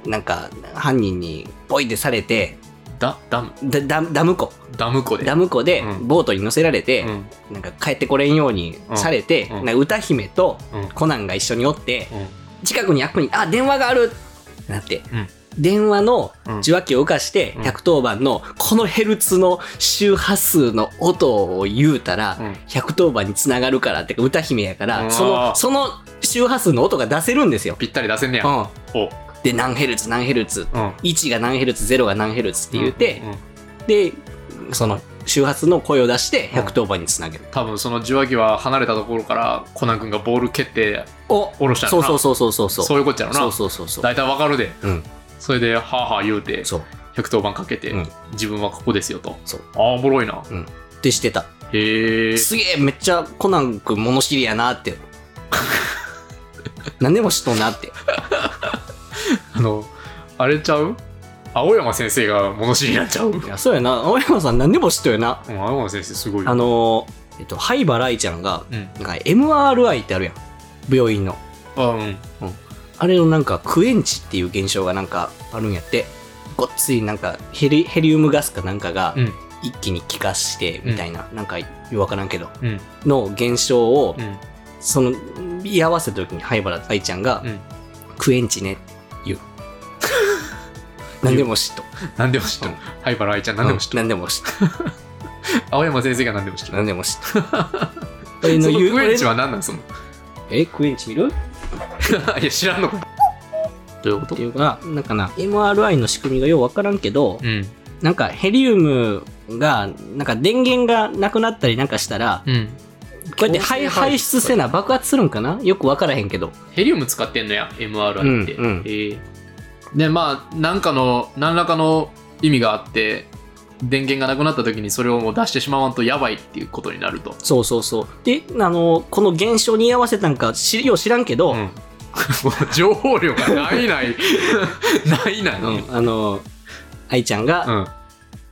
Speaker 2: なんか、犯人にポイってされて、
Speaker 1: ダ、ダム、
Speaker 2: だダダム湖、
Speaker 1: ダム湖で。
Speaker 2: ダム湖で
Speaker 1: うん
Speaker 2: ボートに乗せられて、
Speaker 1: うん。
Speaker 2: なんか帰ってこれんようにされて、
Speaker 1: うんうん
Speaker 2: なんか歌姫と
Speaker 1: うん
Speaker 2: コナンが一緒におって、
Speaker 1: うん。
Speaker 2: 近くに役に、あ、電話があるってなって、
Speaker 1: うん
Speaker 2: 電話の
Speaker 1: うん
Speaker 2: 受話器を浮かして、
Speaker 1: うん
Speaker 2: 110番のこのヘルツの周波数の音を言うたら、
Speaker 1: うん
Speaker 2: 110番につながるからってか歌姫やから、
Speaker 1: うん
Speaker 2: その、その周波数の音が出せるんですよ。
Speaker 1: ぴったり出せんねや。
Speaker 2: うん
Speaker 1: お。
Speaker 2: で、何ヘルツ、何ヘルツ
Speaker 1: うん。
Speaker 2: 1が何ヘルツ0が何ヘルツって言って
Speaker 1: うん、
Speaker 2: でその周波数の声を出して110番につなげる。
Speaker 1: 多分その受話器は離れたところからコナン君がボール蹴って
Speaker 2: お
Speaker 1: 下ろした
Speaker 2: そ
Speaker 1: の
Speaker 2: う
Speaker 1: か
Speaker 2: そう
Speaker 1: な
Speaker 2: そうそうそうそう。
Speaker 1: そういうこっちゃろな
Speaker 2: そうそうそうそう。
Speaker 1: 大体わかるで
Speaker 2: うん。
Speaker 1: それではあはあ言うて
Speaker 2: そう。
Speaker 1: 110番かけて、
Speaker 2: うん
Speaker 1: 自分はここですよと
Speaker 2: そう
Speaker 1: ああおもろいな
Speaker 2: ってしてた。
Speaker 1: へえ
Speaker 2: すげえ、めっちゃコナン君物知りやなって。 何でも知っとんなって。
Speaker 1: あのあれちゃう青山先生が物知りになっちゃう、うん、
Speaker 2: いや、そうやな。青山さん何でも知っとよな。
Speaker 1: 青山先生すごいよ
Speaker 2: あのー、えっと、灰原愛ちゃんが、
Speaker 1: うん
Speaker 2: なんか MRI ってあるやん。病院の。
Speaker 1: あうん
Speaker 2: あれのなんか、クエンチっていう現象がなんかあるんやって。ごっついなんかヘリ、ヘリウムガスかなんかが
Speaker 1: うん
Speaker 2: 一気に気化して、みたいな、なんかよくわからんけど、
Speaker 1: うん
Speaker 2: の現象を
Speaker 1: う、ん
Speaker 2: その、居合わせた時に灰原愛ちゃんが、
Speaker 1: うん
Speaker 2: クエンチねって 言う。何でも知っと。
Speaker 1: 何でも知ってる、
Speaker 2: うん
Speaker 1: 灰原愛ちゃん何でも知ってる、
Speaker 2: 何でも知っと。
Speaker 1: 青山先生が何で も知ってる
Speaker 2: 何でも知っと。 俺
Speaker 1: その
Speaker 2: 言う
Speaker 1: 遊園地は何なんその
Speaker 2: え、クエンチ見る
Speaker 1: いや知らんのかどういうこ
Speaker 2: っていうか、なんかな、MRI の仕組みがようわからんけど、
Speaker 1: うん
Speaker 2: なんかヘリウムが、なんか電源がなくなったりなんかしたら、
Speaker 1: うん
Speaker 2: こうやって排
Speaker 1: 強制排出
Speaker 2: 排出せな、爆発するんかなよくわからへんけど。
Speaker 1: ヘリウム使ってんのや MRI って、
Speaker 2: うんうん
Speaker 1: えーでまあ何かの何らかの意味があって電源がなくなった時にそれをもう出してしまわんとやばいっていうことになると、
Speaker 2: そうそうそう。で、あの、この現象に合わせたんか知りよう知らんけど、
Speaker 1: うん もう情報量がないない ないない、
Speaker 2: うんあの、愛ちゃんが、
Speaker 1: うん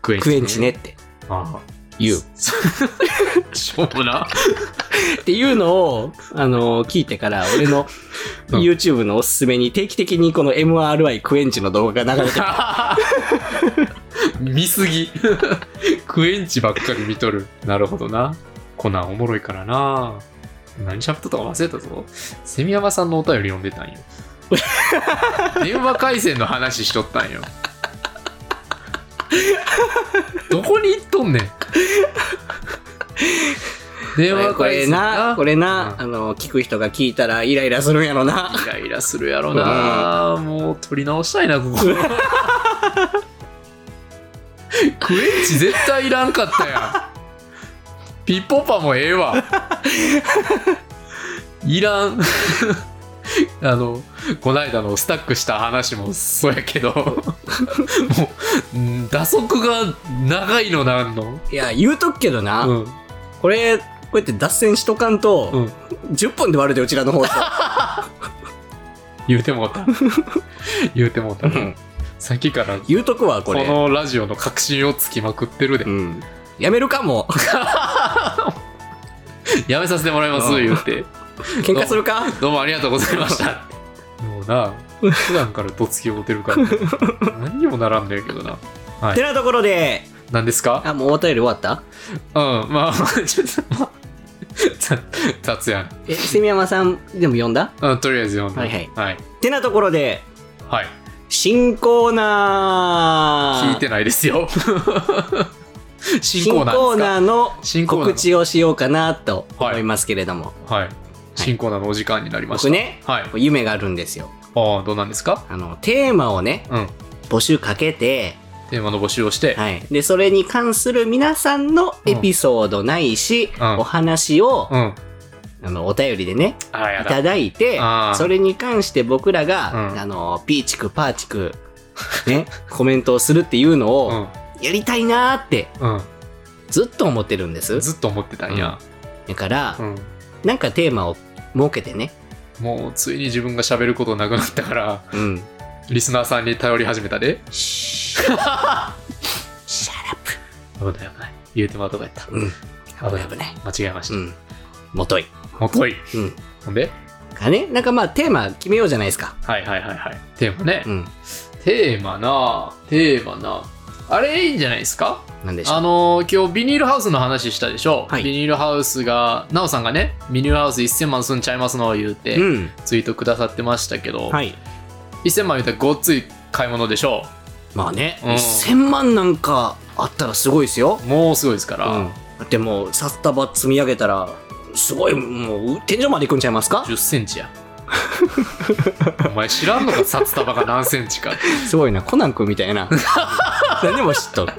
Speaker 1: クエ
Speaker 2: クエンチねって
Speaker 1: ああ
Speaker 2: 言う。
Speaker 1: しょうもな
Speaker 2: っていうのを、あの、聞いてから、俺の
Speaker 1: うん
Speaker 2: YouTube のおすすめに定期的にこの MRI クエンチの動画が流れてる
Speaker 1: 見すぎクエンチばっかり見とるなるほどなコナンおもろいからな何しゃべっとったか忘れたぞセミヤマさんのお便り読んでたんよ電話回線の話しとったんよどこに行っとんねん電話
Speaker 2: こ
Speaker 1: 回
Speaker 2: れ
Speaker 1: 線
Speaker 2: な、これな、
Speaker 1: うん
Speaker 2: あの、聞く人が聞いたらイライラするんやろな。
Speaker 1: イライラするやろな、もう取り直したいなこ こクエンチ絶対いらんかったやんピッポパもええわいらんあのこないだのスタックした話もそうやけどもううん打足が長いのなんの
Speaker 2: いや、言うとくけどな、
Speaker 1: うん
Speaker 2: これ、こうやって脱線しとかんと、
Speaker 1: うん
Speaker 2: 10本で割るで、うちらの方さ。
Speaker 1: 言うてもうた言うてもうたな
Speaker 2: うん
Speaker 1: さっきから
Speaker 2: 言うとくわ、こ
Speaker 1: こ
Speaker 2: れ。
Speaker 1: のラジオの確信をつきまくってるで
Speaker 2: うん。やめるかも。
Speaker 1: やめさせてもらいます、
Speaker 2: うん
Speaker 1: 言って。
Speaker 2: 喧嘩するか
Speaker 1: どうもありがとうございました。もうな、普段からどつきを持てる から、何にもならんねんけどな。はい
Speaker 2: てなところで、
Speaker 1: 何ですか
Speaker 2: あ、もうお便り終わった
Speaker 1: うん、まあ、 ちょっと、まあ、雑雑やん。
Speaker 2: え、セミヤマさんでも呼んだ
Speaker 1: うんとりあえず読んで。
Speaker 2: はいはい
Speaker 1: はい。
Speaker 2: てなところで、
Speaker 1: はい
Speaker 2: 新コーナー
Speaker 1: 聞いてないです よ。新
Speaker 2: 新
Speaker 1: コー
Speaker 2: コ
Speaker 1: ナーです
Speaker 2: ー
Speaker 1: か
Speaker 2: ナーの
Speaker 1: 新コーナー
Speaker 2: 告知をしようかなと思いますけれども、
Speaker 1: はい。新コーナーのお時間になりました。
Speaker 2: 僕ね
Speaker 1: はい。
Speaker 2: 夢があるんですよ
Speaker 1: ああ、どうなんですか
Speaker 2: あのテーマをね
Speaker 1: うん。
Speaker 2: 募集かけて、
Speaker 1: テーマの募集をして、
Speaker 2: はい、でそれに関する皆さんのエピソードないし、
Speaker 1: うん
Speaker 2: お話を、
Speaker 1: うん。
Speaker 2: あのお便りでね
Speaker 1: ああ、や
Speaker 2: い
Speaker 1: だ
Speaker 2: た。だいて
Speaker 1: あー
Speaker 2: それに関して僕らが、
Speaker 1: うん
Speaker 2: あのピーチクパーチクね コメントをするっていうの
Speaker 1: う
Speaker 2: を
Speaker 1: ん。
Speaker 2: やりたいなーって
Speaker 1: う
Speaker 2: ずっと思ってるんです
Speaker 1: ん。ずっと思ってたんや。
Speaker 2: だから、
Speaker 1: うん
Speaker 2: なんかテーマを設けてね、
Speaker 1: もうついに自分が喋ることなくなったから
Speaker 2: うん、
Speaker 1: リスナーさんに頼り始めたで
Speaker 2: シャラッ
Speaker 1: 危ない危ない言うても後がやった
Speaker 2: プ。うん。 危ない危ない。
Speaker 1: 間違えました、
Speaker 2: うん。もとい。
Speaker 1: もっとい
Speaker 2: うん。
Speaker 1: ほんで
Speaker 2: かね、なんかまあテーマ決めようじゃないですか。
Speaker 1: はいはいはいはいテーマね、
Speaker 2: うん。
Speaker 1: テーマなテーマなあれいいんじゃないですか
Speaker 2: なんでしょ
Speaker 1: あ
Speaker 2: う。
Speaker 1: のー今日ビニールハウスの話したでしょ、
Speaker 2: はい
Speaker 1: ビニールハウスが奈緒さんがねビニールハウス1000万すんちゃいますの言うて、
Speaker 2: うん。
Speaker 1: ツイートくださってましたけど、
Speaker 2: はい。
Speaker 1: 1000万言うたらごっつい買い物でしょ
Speaker 2: まあね、
Speaker 1: うん
Speaker 2: 1000万なんかあったらすごいですよ。
Speaker 1: もうすごいですから、
Speaker 2: うん。だってもう、札束積み上げたら、すごい、もう、天井まで行くんちゃいますか
Speaker 1: 1 0センチやお前知らんのか札束が何センチか
Speaker 2: すごいな、コナン君みたいな。何でも知っとる。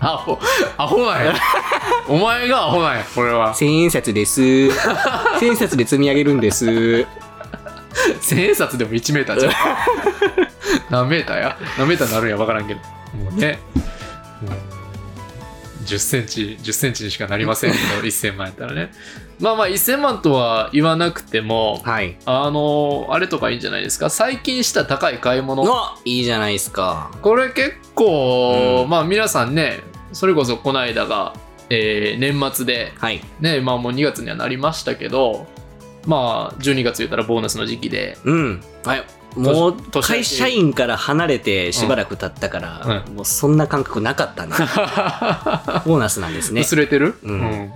Speaker 1: アホ、アホなんや。お前がアホなんや、これは。
Speaker 2: 千円札 です。千円札で積み上げるんです。
Speaker 1: 千円札でも1メーターじゃん。何メーターや何メーターになるんや分からんけど。もうね。もう10センチ、10センチにしかなりませんけど、1000万やったらね。まあまあ、1000万とは言わなくても、
Speaker 2: はい。
Speaker 1: あのあれとかいいんじゃないですか最近した高い買い物。
Speaker 2: の、いいじゃないですか。
Speaker 1: これ結構、
Speaker 2: うん
Speaker 1: まあ皆さんね、それこそこの間が、えー年末で、
Speaker 2: はい。
Speaker 1: ね、まあもう2月にはなりましたけど、まあ12月言ったらボーナスの時期で、
Speaker 2: うん。はい。もう
Speaker 1: 年明け
Speaker 2: 会社員から離れてしばらく経ったから、もうそんな感覚なかったな。ボーナスなん です ね。
Speaker 1: 薄れてる、
Speaker 2: うん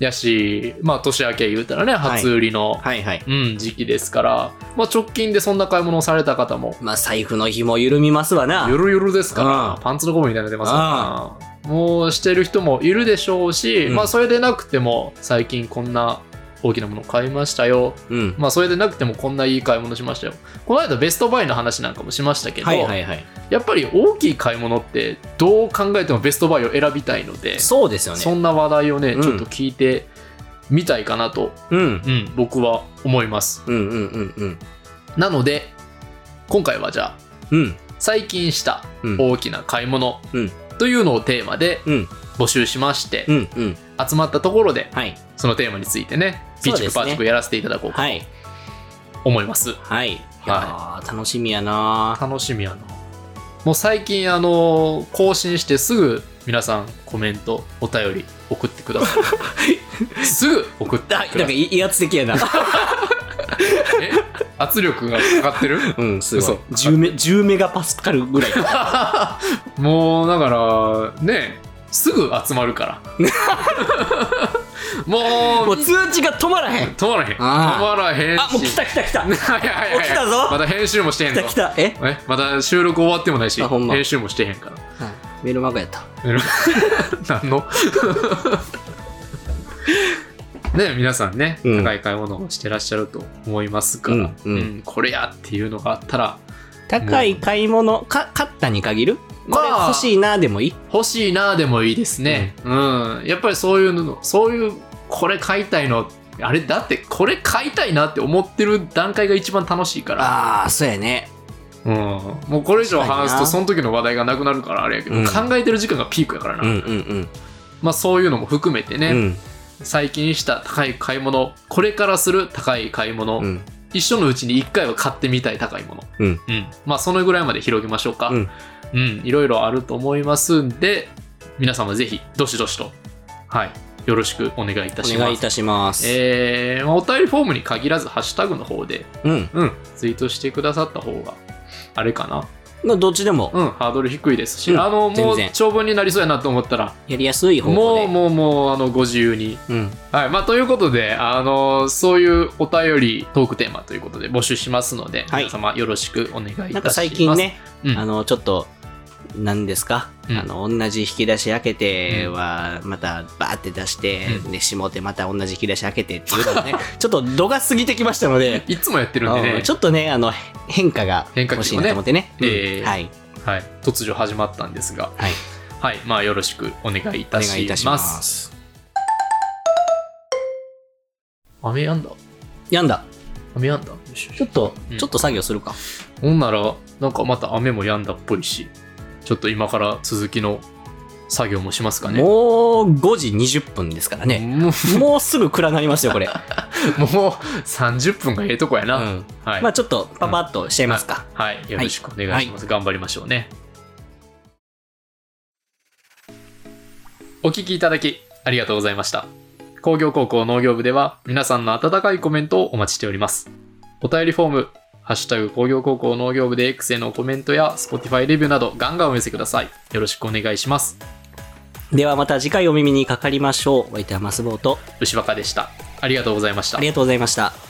Speaker 1: やし、まあ年明け言うたらね、初売りの、
Speaker 2: はいはい。
Speaker 1: うん、時期ですから、まあ直近でそんな買い物をされた方も、
Speaker 2: まあ財布の紐緩みますわな
Speaker 1: ゆ。るゆるですから、
Speaker 2: うん
Speaker 1: パンツのゴムみたいなの出ますからなもうしてる人もいるでしょうし、
Speaker 2: うん
Speaker 1: まあそれでなくても最近こんな大きなもの買いましたよ
Speaker 2: うん。
Speaker 1: まあそれでなくてもこんないい買い物しましたよこの間ベストバイの話なんかもしましたけど、
Speaker 2: はいはいはい。
Speaker 1: やっぱり大きい買い物ってどう考えてもベストバイを選びたいのでそ,、
Speaker 2: そうですよね。
Speaker 1: んな話題をね、
Speaker 2: うん
Speaker 1: ちょっと聞いてみたいかなと、
Speaker 2: うん。
Speaker 1: うん、僕は思います
Speaker 2: うんうんうんうん。
Speaker 1: なので今回はじゃあ
Speaker 2: うん。
Speaker 1: 最近した
Speaker 2: うん
Speaker 1: 大きな買い物
Speaker 2: うん
Speaker 1: というのをテーマで
Speaker 2: うん
Speaker 1: 募集しまして、
Speaker 2: うんうん。
Speaker 1: 集まったところで
Speaker 2: はい。
Speaker 1: そのテーマについてね
Speaker 2: そ
Speaker 1: ピ
Speaker 2: う
Speaker 1: ーチ
Speaker 2: ですね
Speaker 1: クパーチクやらせていただこうと
Speaker 2: はい。
Speaker 1: 思います
Speaker 2: はい。いやー楽しみやな
Speaker 1: 楽しみやなもう最近あの更新してすぐ皆さんコメントお便り送ってくださ いすぐ送って
Speaker 2: だなん
Speaker 1: くだ
Speaker 2: か
Speaker 1: さい
Speaker 2: い威圧的 やな。
Speaker 1: え圧力がかかって る
Speaker 2: うん、すごい
Speaker 1: 嘘。
Speaker 2: 10メ ,10 メガパスカルぐらい。
Speaker 1: もうだからねすぐ集まるから もう
Speaker 2: もう通知が止まらへん。
Speaker 1: 止まらへん。止
Speaker 2: あ
Speaker 1: まらへんし。
Speaker 2: あ、もう来た来た来た。来
Speaker 1: はいはいはい
Speaker 2: 起きたぞ
Speaker 1: まだ編集もしてへんぞ
Speaker 2: た来た。え
Speaker 1: えまだ収録終わってもないし、
Speaker 2: あほんま
Speaker 1: 編集もしてへんから。
Speaker 2: メールマガやった。
Speaker 1: 何のね皆さんね、
Speaker 2: うん
Speaker 1: 高い買い物をしてらっしゃると思いますから、
Speaker 2: うんうん
Speaker 1: うんこれやっていうのがあったら、
Speaker 2: 高い買い物、か、買ったに限るこれ
Speaker 1: まあ
Speaker 2: 欲しいなでもいい
Speaker 1: 欲しいなでもいいですね、うん。やっぱりそういうの、そういう、これ買いたいの、あれだってこれ買いたいなって思ってる段階が一番楽しいから。
Speaker 2: ああ、そうやね。
Speaker 1: うん、もうこれ以上話す
Speaker 2: 確かに
Speaker 1: と
Speaker 2: な
Speaker 1: その時の話題がなくなるからあれやけど、
Speaker 2: うん
Speaker 1: 考えてる時間がピークやからな、
Speaker 2: うんうんうん。
Speaker 1: まあそういうのも含めてね、
Speaker 2: うん
Speaker 1: 最近した高い買い物これからする高い買い物、
Speaker 2: うん。
Speaker 1: 一緒のうちに1回は買ってみたい高いもの、
Speaker 2: うん
Speaker 1: まあそのぐらいまで広げましょうか
Speaker 2: うん
Speaker 1: うんいろいろあると思いますんで皆様ぜひどしどしとはいよろしくお願いいたし
Speaker 2: お願
Speaker 1: ま
Speaker 2: いい
Speaker 1: す
Speaker 2: たします。
Speaker 1: えーまあお便りフォームに限らずハッシュタグの方で、
Speaker 2: うん。
Speaker 1: うん、ツイートしてくださった方があれかな
Speaker 2: まあどっちでも
Speaker 1: うん、ハードル低いですし、
Speaker 2: うん
Speaker 1: あの、も
Speaker 2: 全
Speaker 1: う
Speaker 2: 然
Speaker 1: 長文になりそうやなと思ったら、
Speaker 2: やりやすい方法
Speaker 1: もう、
Speaker 2: で。
Speaker 1: もう、もう、あの、ご自由に。
Speaker 2: うん。
Speaker 1: はい。まあ、ということで、あの、そういうお便りトークテーマということで募集しますので、
Speaker 2: はい
Speaker 1: 皆様よろしくお願いいたします。
Speaker 2: なんか最近。ね、
Speaker 1: うん
Speaker 2: あの、ちょっと、何ですか、
Speaker 1: うん
Speaker 2: あの、同じ引き出し開けては、またバーって出して、
Speaker 1: う
Speaker 2: で、下手また同じ引き出し開けてっていう のがね、ちょっと度が過ぎてきましたので、
Speaker 1: いつもやってるんで
Speaker 2: うん
Speaker 1: ね
Speaker 2: ち、ょっとね、あの、変化が
Speaker 1: 変化
Speaker 2: 欲し
Speaker 1: 球
Speaker 2: い
Speaker 1: も
Speaker 2: な
Speaker 1: ね
Speaker 2: と思ってね。うん
Speaker 1: えー
Speaker 2: はい。
Speaker 1: はい。突如始まったんですが、
Speaker 2: はい。
Speaker 1: はい。まあ、よろしくお願いい
Speaker 2: お
Speaker 1: た
Speaker 2: 願い
Speaker 1: した
Speaker 2: い
Speaker 1: ます。
Speaker 2: します。
Speaker 1: 雨やんだ。
Speaker 2: やんだ。
Speaker 1: 雨やんだ。
Speaker 2: ちょっと、
Speaker 1: うん
Speaker 2: ちょっと作業するか。
Speaker 1: ほんなら、なんかまた雨もやんだっぽいし、ちょっと今から続きの作業もしますかね。
Speaker 2: もう5時20分ですからね。
Speaker 1: もう
Speaker 2: もうすぐ暗なりますよ、これ。う
Speaker 1: もう30分がええとこや な。
Speaker 2: ん。
Speaker 1: はい、
Speaker 2: まあちょっと、パパッとしちゃいますか。
Speaker 1: はい。よろしくお願いします。頑張りましょうね。お聞きいただき、ありがとうございました。工業高校農業部では、皆さんの温かいコメントをお待ちしております。お便りフォーム、ハッシュタグ工業高校農業部で X へのコメントや Spotify レビューなどガンガンお寄せください。よろしくお願いします。
Speaker 2: ではまた次回お耳にかかりましょう。お相手はマスボーと、
Speaker 1: 牛バカでした。ありがとうございました
Speaker 2: あり。がとうございました。